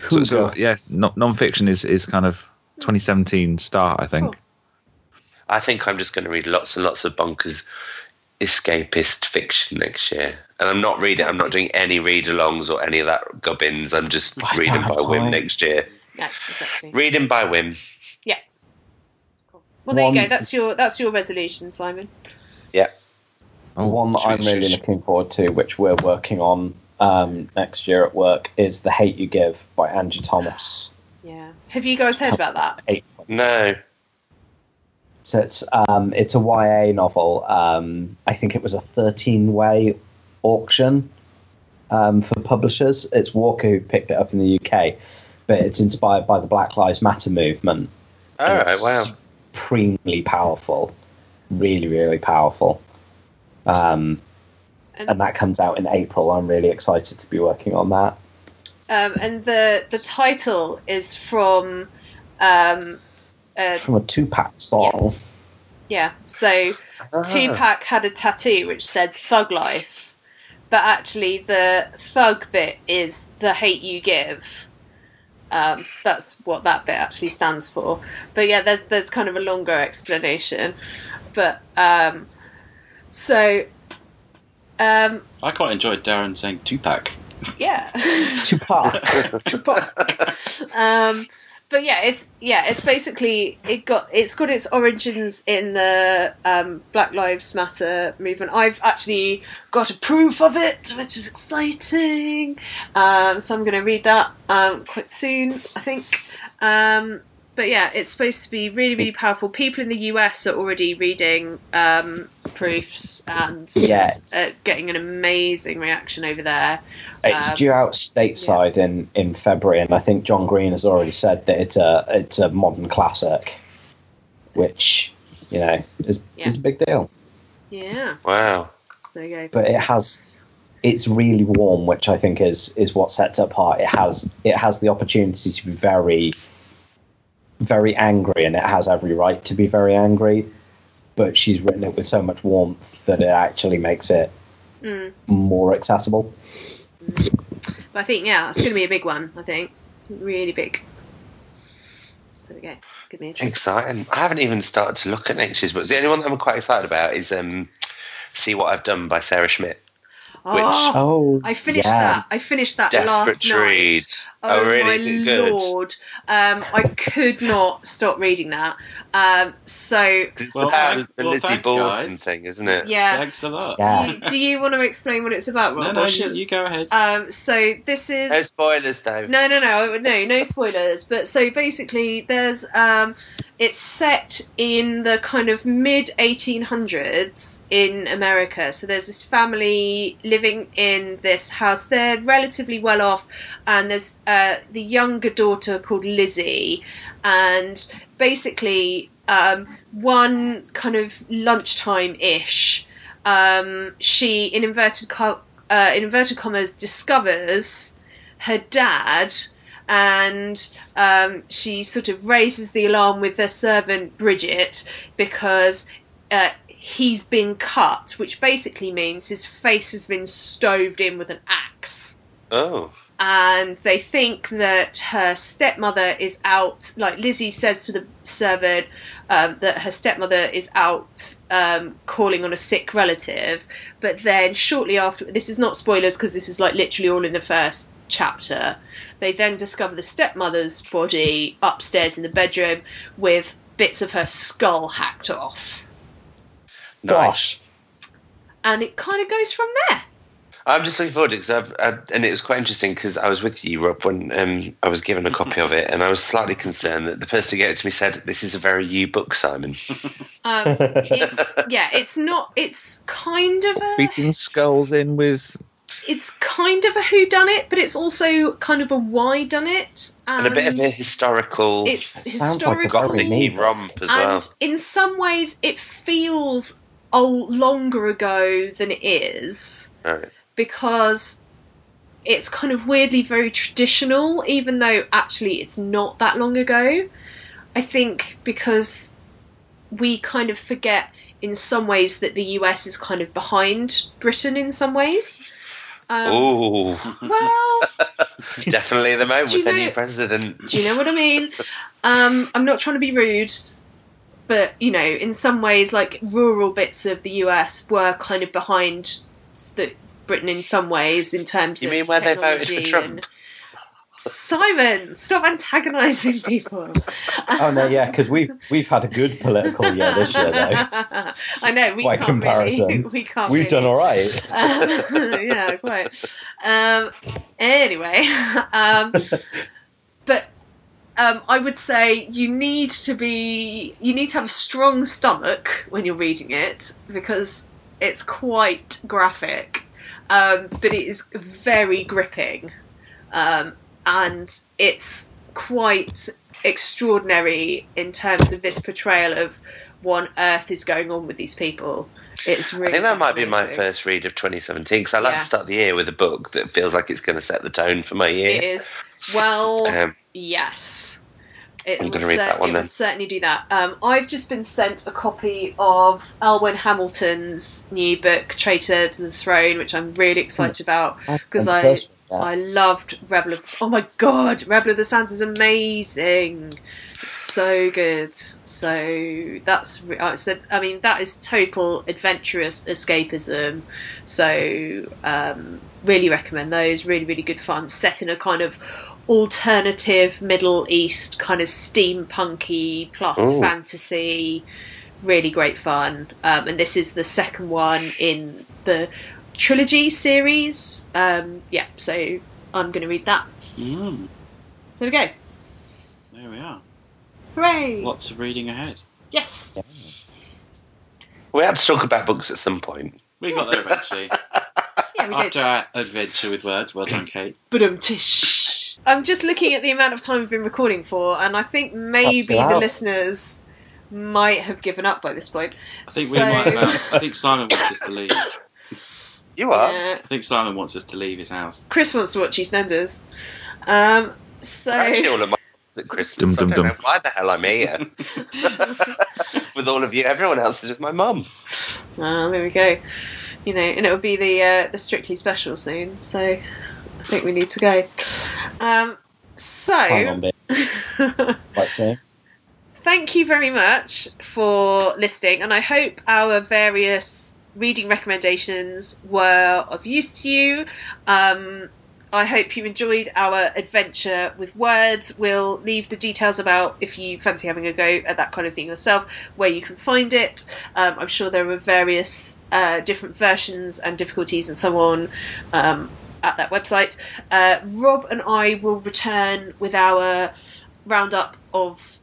Speaker 1: So, so yeah, no, non-fiction is is kind of 2017 start, I think.
Speaker 3: I think I'm just going to read lots and lots of bonkers escapist fiction next year. And I'm not reading. I'm not doing any read-alongs or any of that gubbins. I'm just
Speaker 4: I don't
Speaker 3: reading by
Speaker 4: have
Speaker 3: whim
Speaker 4: time.
Speaker 3: next year.
Speaker 2: Yeah, exactly.
Speaker 3: Reading by whim.
Speaker 2: Cool. Well, there
Speaker 4: One-
Speaker 2: you go. That's your that's your resolution, Simon.
Speaker 1: Oh,
Speaker 4: One that
Speaker 1: should we-
Speaker 4: I'm really
Speaker 1: should-
Speaker 4: looking forward to, which we're working on um, next year at work, is "The Hate You Give" by Angie Thomas.
Speaker 2: Yeah. Have you guys heard about that?
Speaker 3: No.
Speaker 4: So it's um, it's a YA novel. Um, I think it was a 13 way auction um, for publishers. It's Walker who picked it up in the UK, but it's inspired by the Black Lives Matter movement.
Speaker 3: All right.
Speaker 4: It's
Speaker 3: Wow.
Speaker 4: Supremely powerful, really, really powerful. Um,
Speaker 2: And,
Speaker 4: and
Speaker 2: um,
Speaker 4: that comes out in April. I'm really excited to be working on that.
Speaker 2: Um, and the the title is from, um, uh,
Speaker 4: From a two pack song.
Speaker 2: yeah. So Tupac had a tattoo which said "Thug Life," but actually the thug bit is the hate you give. Um, that's what that bit actually stands for. But yeah, there's there's kind of a longer explanation. But um, so um,
Speaker 5: I quite enjoyed Darren saying Tupac.
Speaker 2: yeah.
Speaker 4: Two pack.
Speaker 2: um, but yeah, it's yeah, it's basically it got it's got its origins in the um, Black Lives Matter movement. I've actually got a proof of it, which is exciting. Um, so I'm going to read that um, quite soon, I think. Um, but yeah, it's supposed to be really, really powerful. People in the US are already reading um, proofs and
Speaker 4: Yeah,
Speaker 2: it's, uh, getting an amazing reaction over there.
Speaker 4: It's
Speaker 2: Um,
Speaker 4: due out stateside in, in February, and I think John Green has already said that it's a it's a modern classic, which you know is
Speaker 2: Yeah.
Speaker 4: is a big deal.
Speaker 2: Yeah,
Speaker 3: Wow.
Speaker 2: so there you go.
Speaker 4: But it has- It's really warm, which I think is is what sets it apart. It has it has the opportunity to be very, very angry, and it has every right to be very angry. But she's written it with so much warmth that it actually makes it
Speaker 2: Mm.
Speaker 4: more accessible.
Speaker 2: But I think yeah, it's going to be a big one. I think really big. There we go. It's going to be interesting.
Speaker 3: Exciting. I haven't even started to look at next year's books. The only one that I'm quite excited about is um, "See What I've Done" by Sarah Schmidt. Which-
Speaker 2: Oh,
Speaker 4: Oh,
Speaker 2: I finished that. I finished that
Speaker 3: Desperate
Speaker 2: last
Speaker 3: to read.
Speaker 2: night.
Speaker 3: Oh, really?
Speaker 2: my
Speaker 3: Is it good?
Speaker 2: lord! Um, I could not stop reading that. Um, so
Speaker 3: 'Cause It's
Speaker 5: Well,
Speaker 3: about
Speaker 5: thank-
Speaker 3: the
Speaker 5: well,
Speaker 3: Lizzie
Speaker 5: thanks,
Speaker 3: Borden
Speaker 5: guys.
Speaker 3: thing, isn't it?
Speaker 2: yeah,
Speaker 5: Thanks a lot.
Speaker 4: Yeah.
Speaker 2: do, you, do you want to explain what it's about, Rob?
Speaker 5: No,
Speaker 2: or
Speaker 5: no, you,
Speaker 2: should-
Speaker 5: you go ahead.
Speaker 2: um, so this is
Speaker 3: No spoilers, though.
Speaker 2: No, no, no, no, no spoilers. But so basically, there's um, it's set in the kind of mid 1800s in America. So there's this family living in this house. They're relatively well off, and there's uh, the younger daughter called Lizzie, and basically um, one kind of lunchtime ish, um, she in inverted co- uh, in inverted commas discovers her dad and um, she sort of raises the alarm with the servant Bridget because uh, he's been cut, which basically means his face has been stoved in with an axe
Speaker 3: Oh.
Speaker 2: and they think that her stepmother is out. Like Lizzie says to the servant um, that her stepmother is out um, calling on a sick relative, but then shortly after, this is not spoilers because this is like literally all in the first chapter. They then discover the stepmother's body upstairs in the bedroom with bits of her skull hacked off,
Speaker 3: Nice.
Speaker 4: Gosh.
Speaker 2: and it kind of goes from there.
Speaker 3: I'm just looking forward to it because I've, I, and it was quite interesting because I was with you, Rob, when um, I was given a copy of it, and I was slightly concerned that the person who gave it to me said, "This is a very you book, Simon."
Speaker 2: Um, it's yeah, it's not. It's kind of a
Speaker 1: Beating skulls in with
Speaker 2: it's kind of a who done it, but it's also kind of a why done it, and,
Speaker 3: and a bit of a historical,
Speaker 2: it's
Speaker 4: Sounds like a
Speaker 2: historical,
Speaker 4: gothic
Speaker 2: and
Speaker 4: movie.
Speaker 3: gothic romp as well.
Speaker 2: in some ways it feels a longer ago than it is
Speaker 3: Right.
Speaker 2: because it's kind of weirdly very traditional, even though actually it's not that long ago. I think because we kind of forget in some ways that the US is kind of behind Britain in some ways. Um,
Speaker 3: Ooh,
Speaker 2: well,
Speaker 3: definitely the moment
Speaker 2: Do you
Speaker 3: with the
Speaker 2: know-
Speaker 3: new president.
Speaker 2: Do you know what I mean? Um, I'm not trying to be rude, but you know, in some ways, like rural bits of the US were kind of behind the, Britain in some ways in terms
Speaker 3: You
Speaker 2: of
Speaker 3: mean where they voted for
Speaker 2: technology
Speaker 3: Trump?
Speaker 2: and- Simon, stop antagonising people.
Speaker 4: Oh no, yeah, because we've we've had a good political year this year though.
Speaker 2: I know we
Speaker 4: By
Speaker 2: can't Really,
Speaker 4: comparison,
Speaker 2: we can't.
Speaker 4: We've done
Speaker 2: really.
Speaker 4: all right.
Speaker 2: Um, yeah, quite. Um, anyway, um, but um, I would say you need to be you need to have a strong stomach when you're reading it because it's quite graphic, um, but it is very gripping, um, and it's quite extraordinary in terms of this portrayal of what on earth is going on with these people. It's really
Speaker 3: I think that might be my
Speaker 2: fascinating.
Speaker 3: first read of 2017 because I like
Speaker 2: Yeah.
Speaker 3: to start the year with a book that feels like it's going to set the tone for my
Speaker 2: It
Speaker 3: year.
Speaker 2: is. Well,
Speaker 3: Um,
Speaker 2: yes. It
Speaker 3: I'm
Speaker 2: will
Speaker 3: gonna read that
Speaker 2: cer-
Speaker 3: one
Speaker 2: it
Speaker 3: then.
Speaker 2: will certainly do that. Um, I've just been sent a copy of Alwyn Hamilton's new book, Traitor to the Throne, which I'm
Speaker 3: Hmm.
Speaker 2: really excited about. Because I- I loved Rebel of the Oh my god, Rebel of the Sands is amazing. It's so good. So that's re- I said I mean that is total adventurous escapism. So um really recommend those. Really really good fun set in a kind of alternative Middle East kind of steampunky plus
Speaker 3: Ooh.
Speaker 2: fantasy. Really great fun. Um, and this is the second one in the trilogy series. Um, yeah, so I'm going to read that.
Speaker 5: Mm,
Speaker 2: So there we go.
Speaker 5: there we are.
Speaker 2: Hooray!
Speaker 5: Lots of reading ahead.
Speaker 2: Yes.
Speaker 3: we had to talk about books at some point.
Speaker 5: We got there eventually.
Speaker 2: Yeah, we
Speaker 5: After
Speaker 2: did.
Speaker 5: our adventure with words, well done, Kate.
Speaker 2: Boom tish. I'm just looking at the amount of time we've been recording for, and I think maybe
Speaker 4: That's
Speaker 2: the
Speaker 4: loud.
Speaker 2: listeners might have given up by this point.
Speaker 5: I think we
Speaker 2: So-
Speaker 5: might. Have, I think Simon wants us to leave. I
Speaker 3: You are.
Speaker 2: Yeah.
Speaker 5: think Simon wants us to leave his house.
Speaker 2: Uh, Chris wants to watch EastEnders. Um, so.
Speaker 3: Actually, all of my books at
Speaker 1: Dum,
Speaker 3: Christmas.
Speaker 1: dum,
Speaker 3: I don't
Speaker 1: dum.
Speaker 3: know why the hell I'm here with all of you. Everyone else is with my mum.
Speaker 2: Ah, there we go. You know, and it'll be the uh, the strictly special soon. So I think we need to go. Um,
Speaker 4: Hang on,
Speaker 2: so
Speaker 4: bit. Let's see.
Speaker 2: thank you very much for listening, and I hope our various reading recommendations were of use to you. Um, I hope you enjoyed our adventure with words. We'll leave the details about if you fancy having a go at that kind of thing yourself, where you can find it. Um, I'm sure there are various uh, different versions and difficulties and so on um, at that website. Uh, Rob and I will return with our roundup of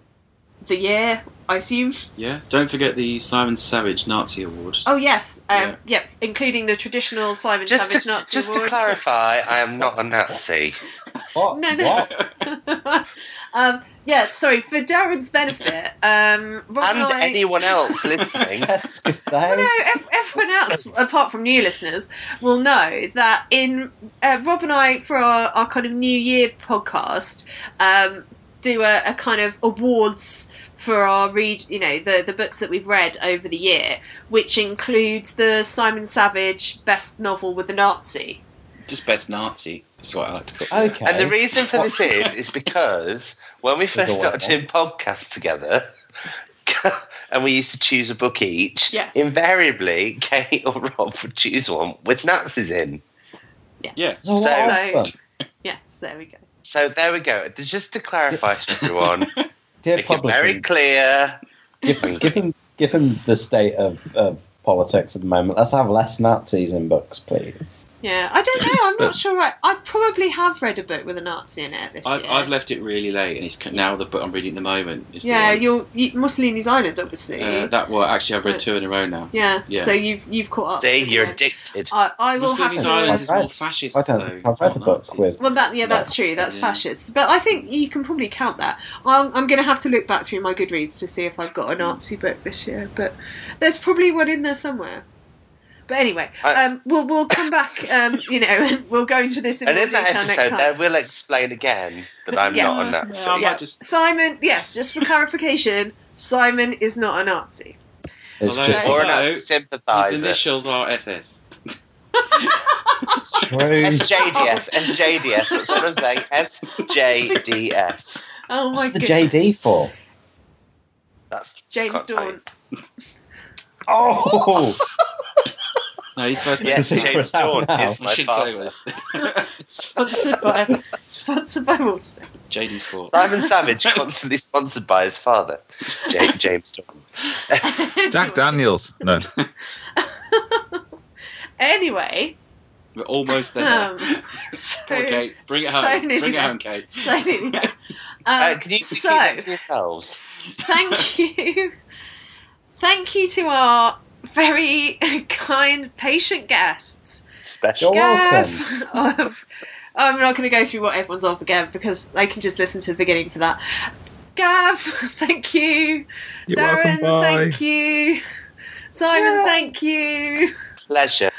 Speaker 2: the year, I assume.
Speaker 5: Yeah. Don't forget the Simon Savage Nazi Award.
Speaker 2: Oh yes, um,
Speaker 5: Yeah.
Speaker 2: yep, including the traditional Simon
Speaker 3: Just,
Speaker 2: Savage
Speaker 3: to,
Speaker 2: Nazi
Speaker 3: just to
Speaker 2: award.
Speaker 3: clarify, I am not a Nazi.
Speaker 4: What?
Speaker 2: No, no.
Speaker 4: What?
Speaker 2: um, yeah, sorry for Darren's benefit. Um, Rob
Speaker 3: and
Speaker 2: I-
Speaker 3: anyone else listening.
Speaker 4: Yes, you
Speaker 2: Well,
Speaker 4: say.
Speaker 2: no, ev- everyone else, apart from new listeners, will know that in uh, Rob and I, for our, our kind of New Year podcast, um, do a, a kind of awards for our read, you know, the the books that we've read over the year, which includes the Simon Savage best novel with the Nazi.
Speaker 5: Just best Nazi. That's what I like to
Speaker 2: Oh,
Speaker 5: call it.
Speaker 4: Okay.
Speaker 3: And the reason for this is is because when we first
Speaker 4: There's a lot
Speaker 3: started doing podcasts together, and we used to choose a book each.
Speaker 2: Yes.
Speaker 3: Invariably, Kate or Rob would choose one with Nazis in.
Speaker 2: Yes.
Speaker 5: Yeah.
Speaker 4: There's a lot
Speaker 2: So-
Speaker 4: of them.
Speaker 2: Yes, there we go.
Speaker 3: So there we go. Just to clarify to everyone,
Speaker 4: Dear
Speaker 3: make it very
Speaker 4: publishing,
Speaker 3: clear.
Speaker 4: given, given given the state of, of politics at the moment, let's have less Nazis in books, please.
Speaker 2: Yeah, I don't know. I'm not sure. I, I probably have read a book with a Nazi in it this
Speaker 5: I've,
Speaker 2: year.
Speaker 5: I've left it really late, and it's c- now the book I'm reading at the moment. Is the
Speaker 2: yeah,
Speaker 5: one-
Speaker 2: you're you, Mussolini's Island, obviously.
Speaker 5: uh, that well, actually, I've read two in a row now.
Speaker 2: yeah.
Speaker 5: yeah.
Speaker 2: So you've you've caught up.
Speaker 3: See, you're
Speaker 2: Yeah.
Speaker 3: addicted.
Speaker 2: I, I will have
Speaker 5: Mussolini's
Speaker 2: to.
Speaker 5: Island
Speaker 4: I've
Speaker 5: is more
Speaker 4: read-
Speaker 5: fascist.
Speaker 4: I don't
Speaker 5: though,
Speaker 4: think I've
Speaker 5: it's
Speaker 4: read
Speaker 5: not
Speaker 4: a book
Speaker 5: Nazis.
Speaker 4: with-
Speaker 2: Well, that yeah, that's true. That's
Speaker 5: Yeah.
Speaker 2: fascist. But I think you can probably count that. I'll, I'm going to have to look back through my Goodreads to see if I've
Speaker 5: Hmm.
Speaker 2: got a Nazi book this year. But there's probably one in there somewhere. But anyway,
Speaker 3: I-
Speaker 2: um, we'll we'll come back. Um, you know, we'll go into this in
Speaker 3: And
Speaker 2: more
Speaker 3: in that
Speaker 2: detail next
Speaker 3: episode,
Speaker 2: time.
Speaker 3: there we'll explain again that I'm
Speaker 2: Yeah.
Speaker 3: not on that.
Speaker 5: Yeah, I might
Speaker 2: Yeah.
Speaker 5: just-
Speaker 2: Simon, yes, just for clarification, Simon is not a Nazi.
Speaker 4: It's
Speaker 5: Although-
Speaker 4: just
Speaker 3: Or
Speaker 5: Although-
Speaker 3: an
Speaker 4: it's
Speaker 5: No,
Speaker 3: Nazi
Speaker 5: his
Speaker 3: sympathiser.
Speaker 5: His initials are SS.
Speaker 4: true.
Speaker 3: SJDS, SJDS. That's what I'm saying. SJDS.
Speaker 2: Oh my
Speaker 4: What's the
Speaker 2: god.
Speaker 4: JD for?
Speaker 3: That's
Speaker 2: James
Speaker 3: Can't
Speaker 2: Dawn.
Speaker 4: Oh,
Speaker 5: No, his first name
Speaker 3: Yes,
Speaker 5: is
Speaker 4: The
Speaker 5: James.
Speaker 3: James
Speaker 4: secret's out
Speaker 3: Dawn
Speaker 4: now.
Speaker 3: is
Speaker 5: We
Speaker 3: my
Speaker 5: should
Speaker 3: father.
Speaker 5: say this.
Speaker 2: Sponsored by sponsored by Waterstones.
Speaker 5: JD Sport.
Speaker 3: Simon Savage, constantly sponsored by his father, J- James Dawn.
Speaker 1: Jack Daniels. No.
Speaker 2: Anyway,
Speaker 5: We're almost there.
Speaker 2: um, so,
Speaker 5: Come on, Kate. Bring it
Speaker 2: so
Speaker 5: home.
Speaker 2: nearly
Speaker 5: Bring it
Speaker 2: there.
Speaker 5: home, Kate.
Speaker 2: So, yeah. Um,
Speaker 3: Uh, can you
Speaker 2: so,
Speaker 3: repeat that to yourselves?
Speaker 2: thank you. Thank you to our very kind, patient guests.
Speaker 3: Special.
Speaker 4: You're
Speaker 2: Gav of. I'm not going to go through what everyone's off again because they can just listen to the beginning for that. Gav, thank you.
Speaker 1: You're welcome.
Speaker 2: Darren,
Speaker 1: Bye.
Speaker 2: thank you. Simon, thank you.
Speaker 3: Pleasure.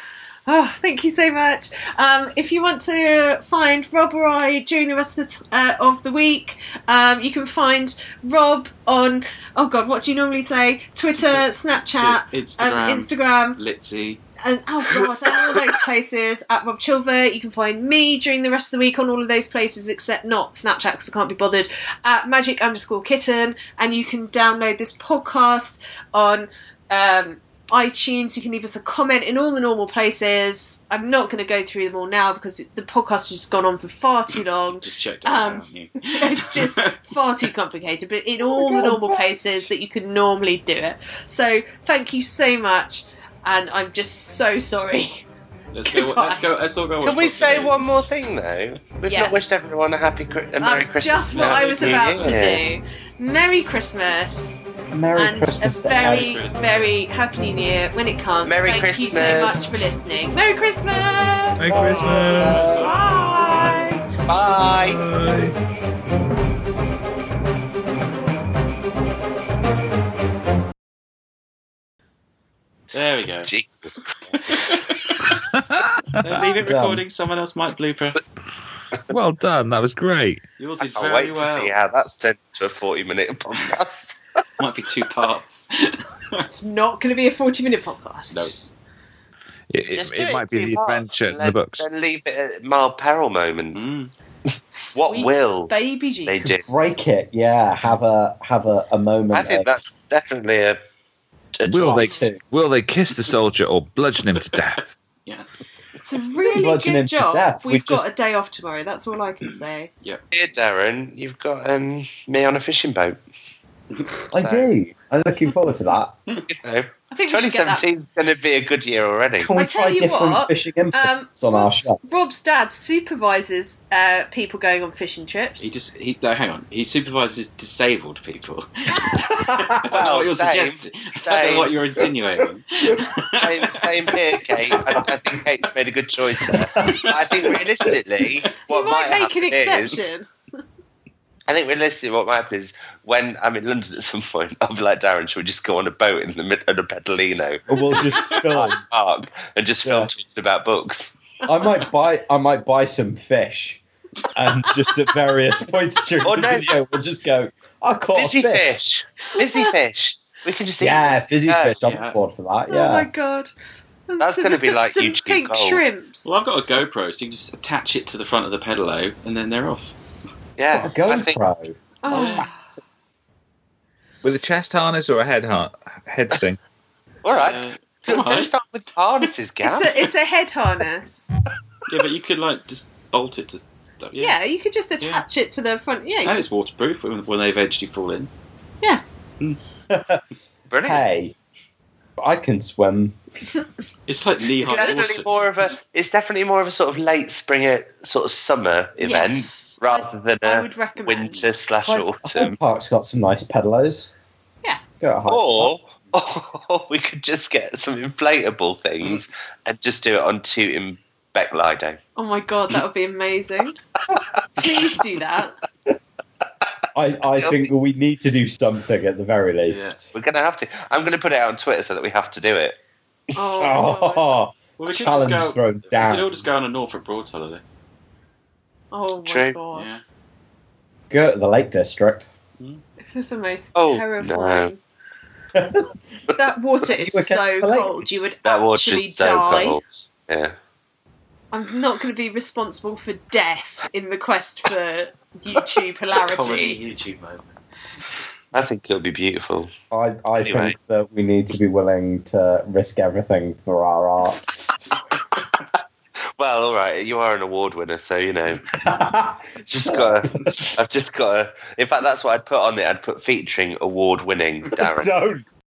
Speaker 2: Oh, thank you so much. Um, if you want to find Rob or I during the rest of the, t- uh, of the week, um, you can find Rob on, oh God, what do you normally say? Twitter, Snapchat,
Speaker 5: Shit, Instagram.
Speaker 2: um, Instagram,
Speaker 5: Litzy.
Speaker 2: and oh god, and all those places at Rob Chilver. You can find me during the rest of the week on all of those places except not Snapchat because I can't be bothered. At Magic underscore Kitten, and you can download this podcast on um, iTunes. You can leave us a comment in all the normal places. I'm not going to go through them all now because the podcast has just gone on for far too long.
Speaker 5: Just checked
Speaker 2: Um,
Speaker 5: out. haven't you?
Speaker 2: It's just far too complicated, but in all the normal places that you could normally do it. So thank you so much, and I'm just so sorry.
Speaker 5: Let's go. Let's go. Let's all go.
Speaker 3: Can
Speaker 5: watch
Speaker 3: we
Speaker 5: Doctor
Speaker 3: say
Speaker 5: Who.
Speaker 3: one more thing though? We've
Speaker 2: Yes.
Speaker 3: not wished everyone a happy Chri- a Merry
Speaker 2: That's
Speaker 3: Christmas.
Speaker 2: just what
Speaker 3: Merry
Speaker 2: I was
Speaker 3: New
Speaker 2: about to
Speaker 3: Year.
Speaker 2: do. Merry Christmas
Speaker 4: Merry
Speaker 2: and
Speaker 4: Christmas
Speaker 2: a
Speaker 4: to
Speaker 2: very,
Speaker 4: everybody.
Speaker 5: Christmas.
Speaker 2: very happy new year when it comes.
Speaker 3: Merry
Speaker 2: Thank you so
Speaker 3: Christmas.
Speaker 2: much for listening. Merry Christmas.
Speaker 1: Merry Christmas.
Speaker 2: Bye.
Speaker 3: Bye.
Speaker 1: Bye.
Speaker 5: There we go.
Speaker 3: Jesus.
Speaker 5: Don't leave it
Speaker 4: Done.
Speaker 5: recording. Someone else might blooper.
Speaker 1: Well done. That was great.
Speaker 5: You all did
Speaker 3: I'll wait to
Speaker 5: very
Speaker 3: see
Speaker 5: well.
Speaker 3: how that's turned to a 40 minute podcast.
Speaker 5: Might be two parts.
Speaker 2: It's not going to be a 40 minute podcast.
Speaker 5: No.
Speaker 1: It,
Speaker 3: Just
Speaker 1: it,
Speaker 3: do
Speaker 1: it might be
Speaker 3: two
Speaker 1: the
Speaker 3: parts
Speaker 1: adventure
Speaker 3: and
Speaker 1: in the
Speaker 3: then-
Speaker 1: books.
Speaker 3: Then leave it at mild peril moment.
Speaker 5: Mm.
Speaker 2: Sweet
Speaker 3: will
Speaker 2: baby
Speaker 3: they
Speaker 2: Jesus?
Speaker 3: do?
Speaker 4: break it. Yeah, have a have a, a moment.
Speaker 3: I think
Speaker 4: of-
Speaker 3: that's definitely a. a
Speaker 1: Will they
Speaker 4: Two.
Speaker 1: will they kiss the soldier or bludgeon him to death?
Speaker 2: It's a really
Speaker 4: Bludgeon
Speaker 2: good
Speaker 4: him to
Speaker 2: job.
Speaker 4: death.
Speaker 2: We've,
Speaker 4: We've
Speaker 2: got
Speaker 4: just-
Speaker 2: a day off tomorrow. That's all I
Speaker 3: Hmm.
Speaker 2: can say.
Speaker 3: Here, Darren, you've got um, me on a fishing boat.
Speaker 4: I do. I'm looking forward to that.
Speaker 3: You know,
Speaker 2: I think we should get that
Speaker 3: 2017 is going to be a good year already.
Speaker 4: Can we
Speaker 2: I tell
Speaker 4: try
Speaker 2: you
Speaker 4: different
Speaker 2: what,
Speaker 4: fishing inputs
Speaker 2: Um,
Speaker 4: on our
Speaker 2: Rob's,
Speaker 4: show?
Speaker 2: Rob's dad supervises uh, people going on fishing trips.
Speaker 5: He just. He, no, hang on. He supervises disabled people. I don't know what you're
Speaker 3: Same,
Speaker 5: suggesting. I don't
Speaker 3: same.
Speaker 5: know what you're insinuating.
Speaker 3: same, same here, Kate. I, I think Kate's made a good choice there. I think realistically, what
Speaker 2: you might, make
Speaker 3: happen
Speaker 2: an
Speaker 3: is,
Speaker 2: exception.
Speaker 3: I think realistically, what might happen is when I'm in London at some point, I'll be like, Darren, should we just go on a boat in the middle of the Pedalino
Speaker 4: Or we'll just film.
Speaker 3: park and just film
Speaker 4: Yeah.
Speaker 3: talking about books?
Speaker 4: I might buy I might buy some fish and just at various points during
Speaker 3: Oh,
Speaker 4: the
Speaker 3: no.
Speaker 4: video we'll just go I caught
Speaker 3: Fizzy
Speaker 4: a fish.
Speaker 3: fish. Fizzy fish. We can just eat
Speaker 4: Yeah,
Speaker 3: it.
Speaker 4: fizzy
Speaker 3: Yeah.
Speaker 4: fish. I'm
Speaker 5: Yeah.
Speaker 4: bored for that.
Speaker 2: Oh my
Speaker 4: Yeah.
Speaker 2: god. And
Speaker 3: That's
Speaker 2: some-
Speaker 3: gonna be like
Speaker 2: some
Speaker 3: YouTube
Speaker 2: pink
Speaker 3: gold.
Speaker 2: shrimps.
Speaker 5: Well, I've got a GoPro, so you can just attach it to the front of the pedalo, and then they're off.
Speaker 3: Yeah.
Speaker 4: Got a
Speaker 3: I think
Speaker 4: GoPro.
Speaker 2: Oh,
Speaker 1: With a chest harness or a head har- head thing?
Speaker 3: all right.
Speaker 5: Yeah.
Speaker 3: Do-
Speaker 5: All
Speaker 3: Don't,
Speaker 5: right.
Speaker 3: start with harnesses, Gav.
Speaker 2: it's a it's a head harness.
Speaker 5: yeah, but you could like just bolt it to stuff.
Speaker 2: Yeah, you could just attach it to the front. Yeah, you-
Speaker 5: and it's waterproof when, when they eventually fall in.
Speaker 3: Brilliant.
Speaker 4: Hey, I can swim.
Speaker 5: It's like knee
Speaker 3: It's
Speaker 5: high
Speaker 3: definitely
Speaker 5: water.
Speaker 3: more of a. It's definitely more of a sort of late spring, uh, sort of summer event
Speaker 2: Yes.
Speaker 3: rather than
Speaker 2: I
Speaker 3: a
Speaker 2: would recommend.
Speaker 3: winter slash
Speaker 4: Hyde-
Speaker 3: autumn.
Speaker 4: Hyde Park's got some nice pedalos.
Speaker 2: Yeah.
Speaker 4: Go at Hyde
Speaker 3: Or, or we could just get some inflatable things and just do it on two in Beck Lido.
Speaker 2: Oh my god, that would be amazing. Please do that.
Speaker 4: Park. I, I think we need to do something at the very least.
Speaker 3: We're going to have to. I'm going to put it out on Twitter so that we have to do it.
Speaker 2: Oh, my god.
Speaker 4: Oh,
Speaker 5: Well, we could just
Speaker 4: challenge
Speaker 5: go.
Speaker 4: thrown
Speaker 5: We could all
Speaker 4: down.
Speaker 5: just go on a Norfolk Broads holiday.
Speaker 2: Oh my
Speaker 3: True.
Speaker 2: god.
Speaker 5: Yeah.
Speaker 4: Go to the Lake District.
Speaker 2: This is the most
Speaker 3: Oh,
Speaker 2: terrifying. that water is
Speaker 4: You were
Speaker 2: so
Speaker 4: calculating.
Speaker 2: cold. You would
Speaker 3: That water
Speaker 2: actually
Speaker 3: is so
Speaker 2: die.
Speaker 3: cold. Yeah.
Speaker 2: I'm not going to be responsible for death in the quest for YouTube
Speaker 5: Comedy
Speaker 2: hilarity.
Speaker 5: YouTube moment.
Speaker 3: I think it'll be beautiful.
Speaker 4: I, I
Speaker 3: Anyway.
Speaker 4: think that we need to be willing to risk everything for our art.
Speaker 3: Well, all right, you are an award winner, so you know. Just got. I've just got. In fact, that's what I'd put on it. I'd put featuring award winning Darren.
Speaker 4: Don't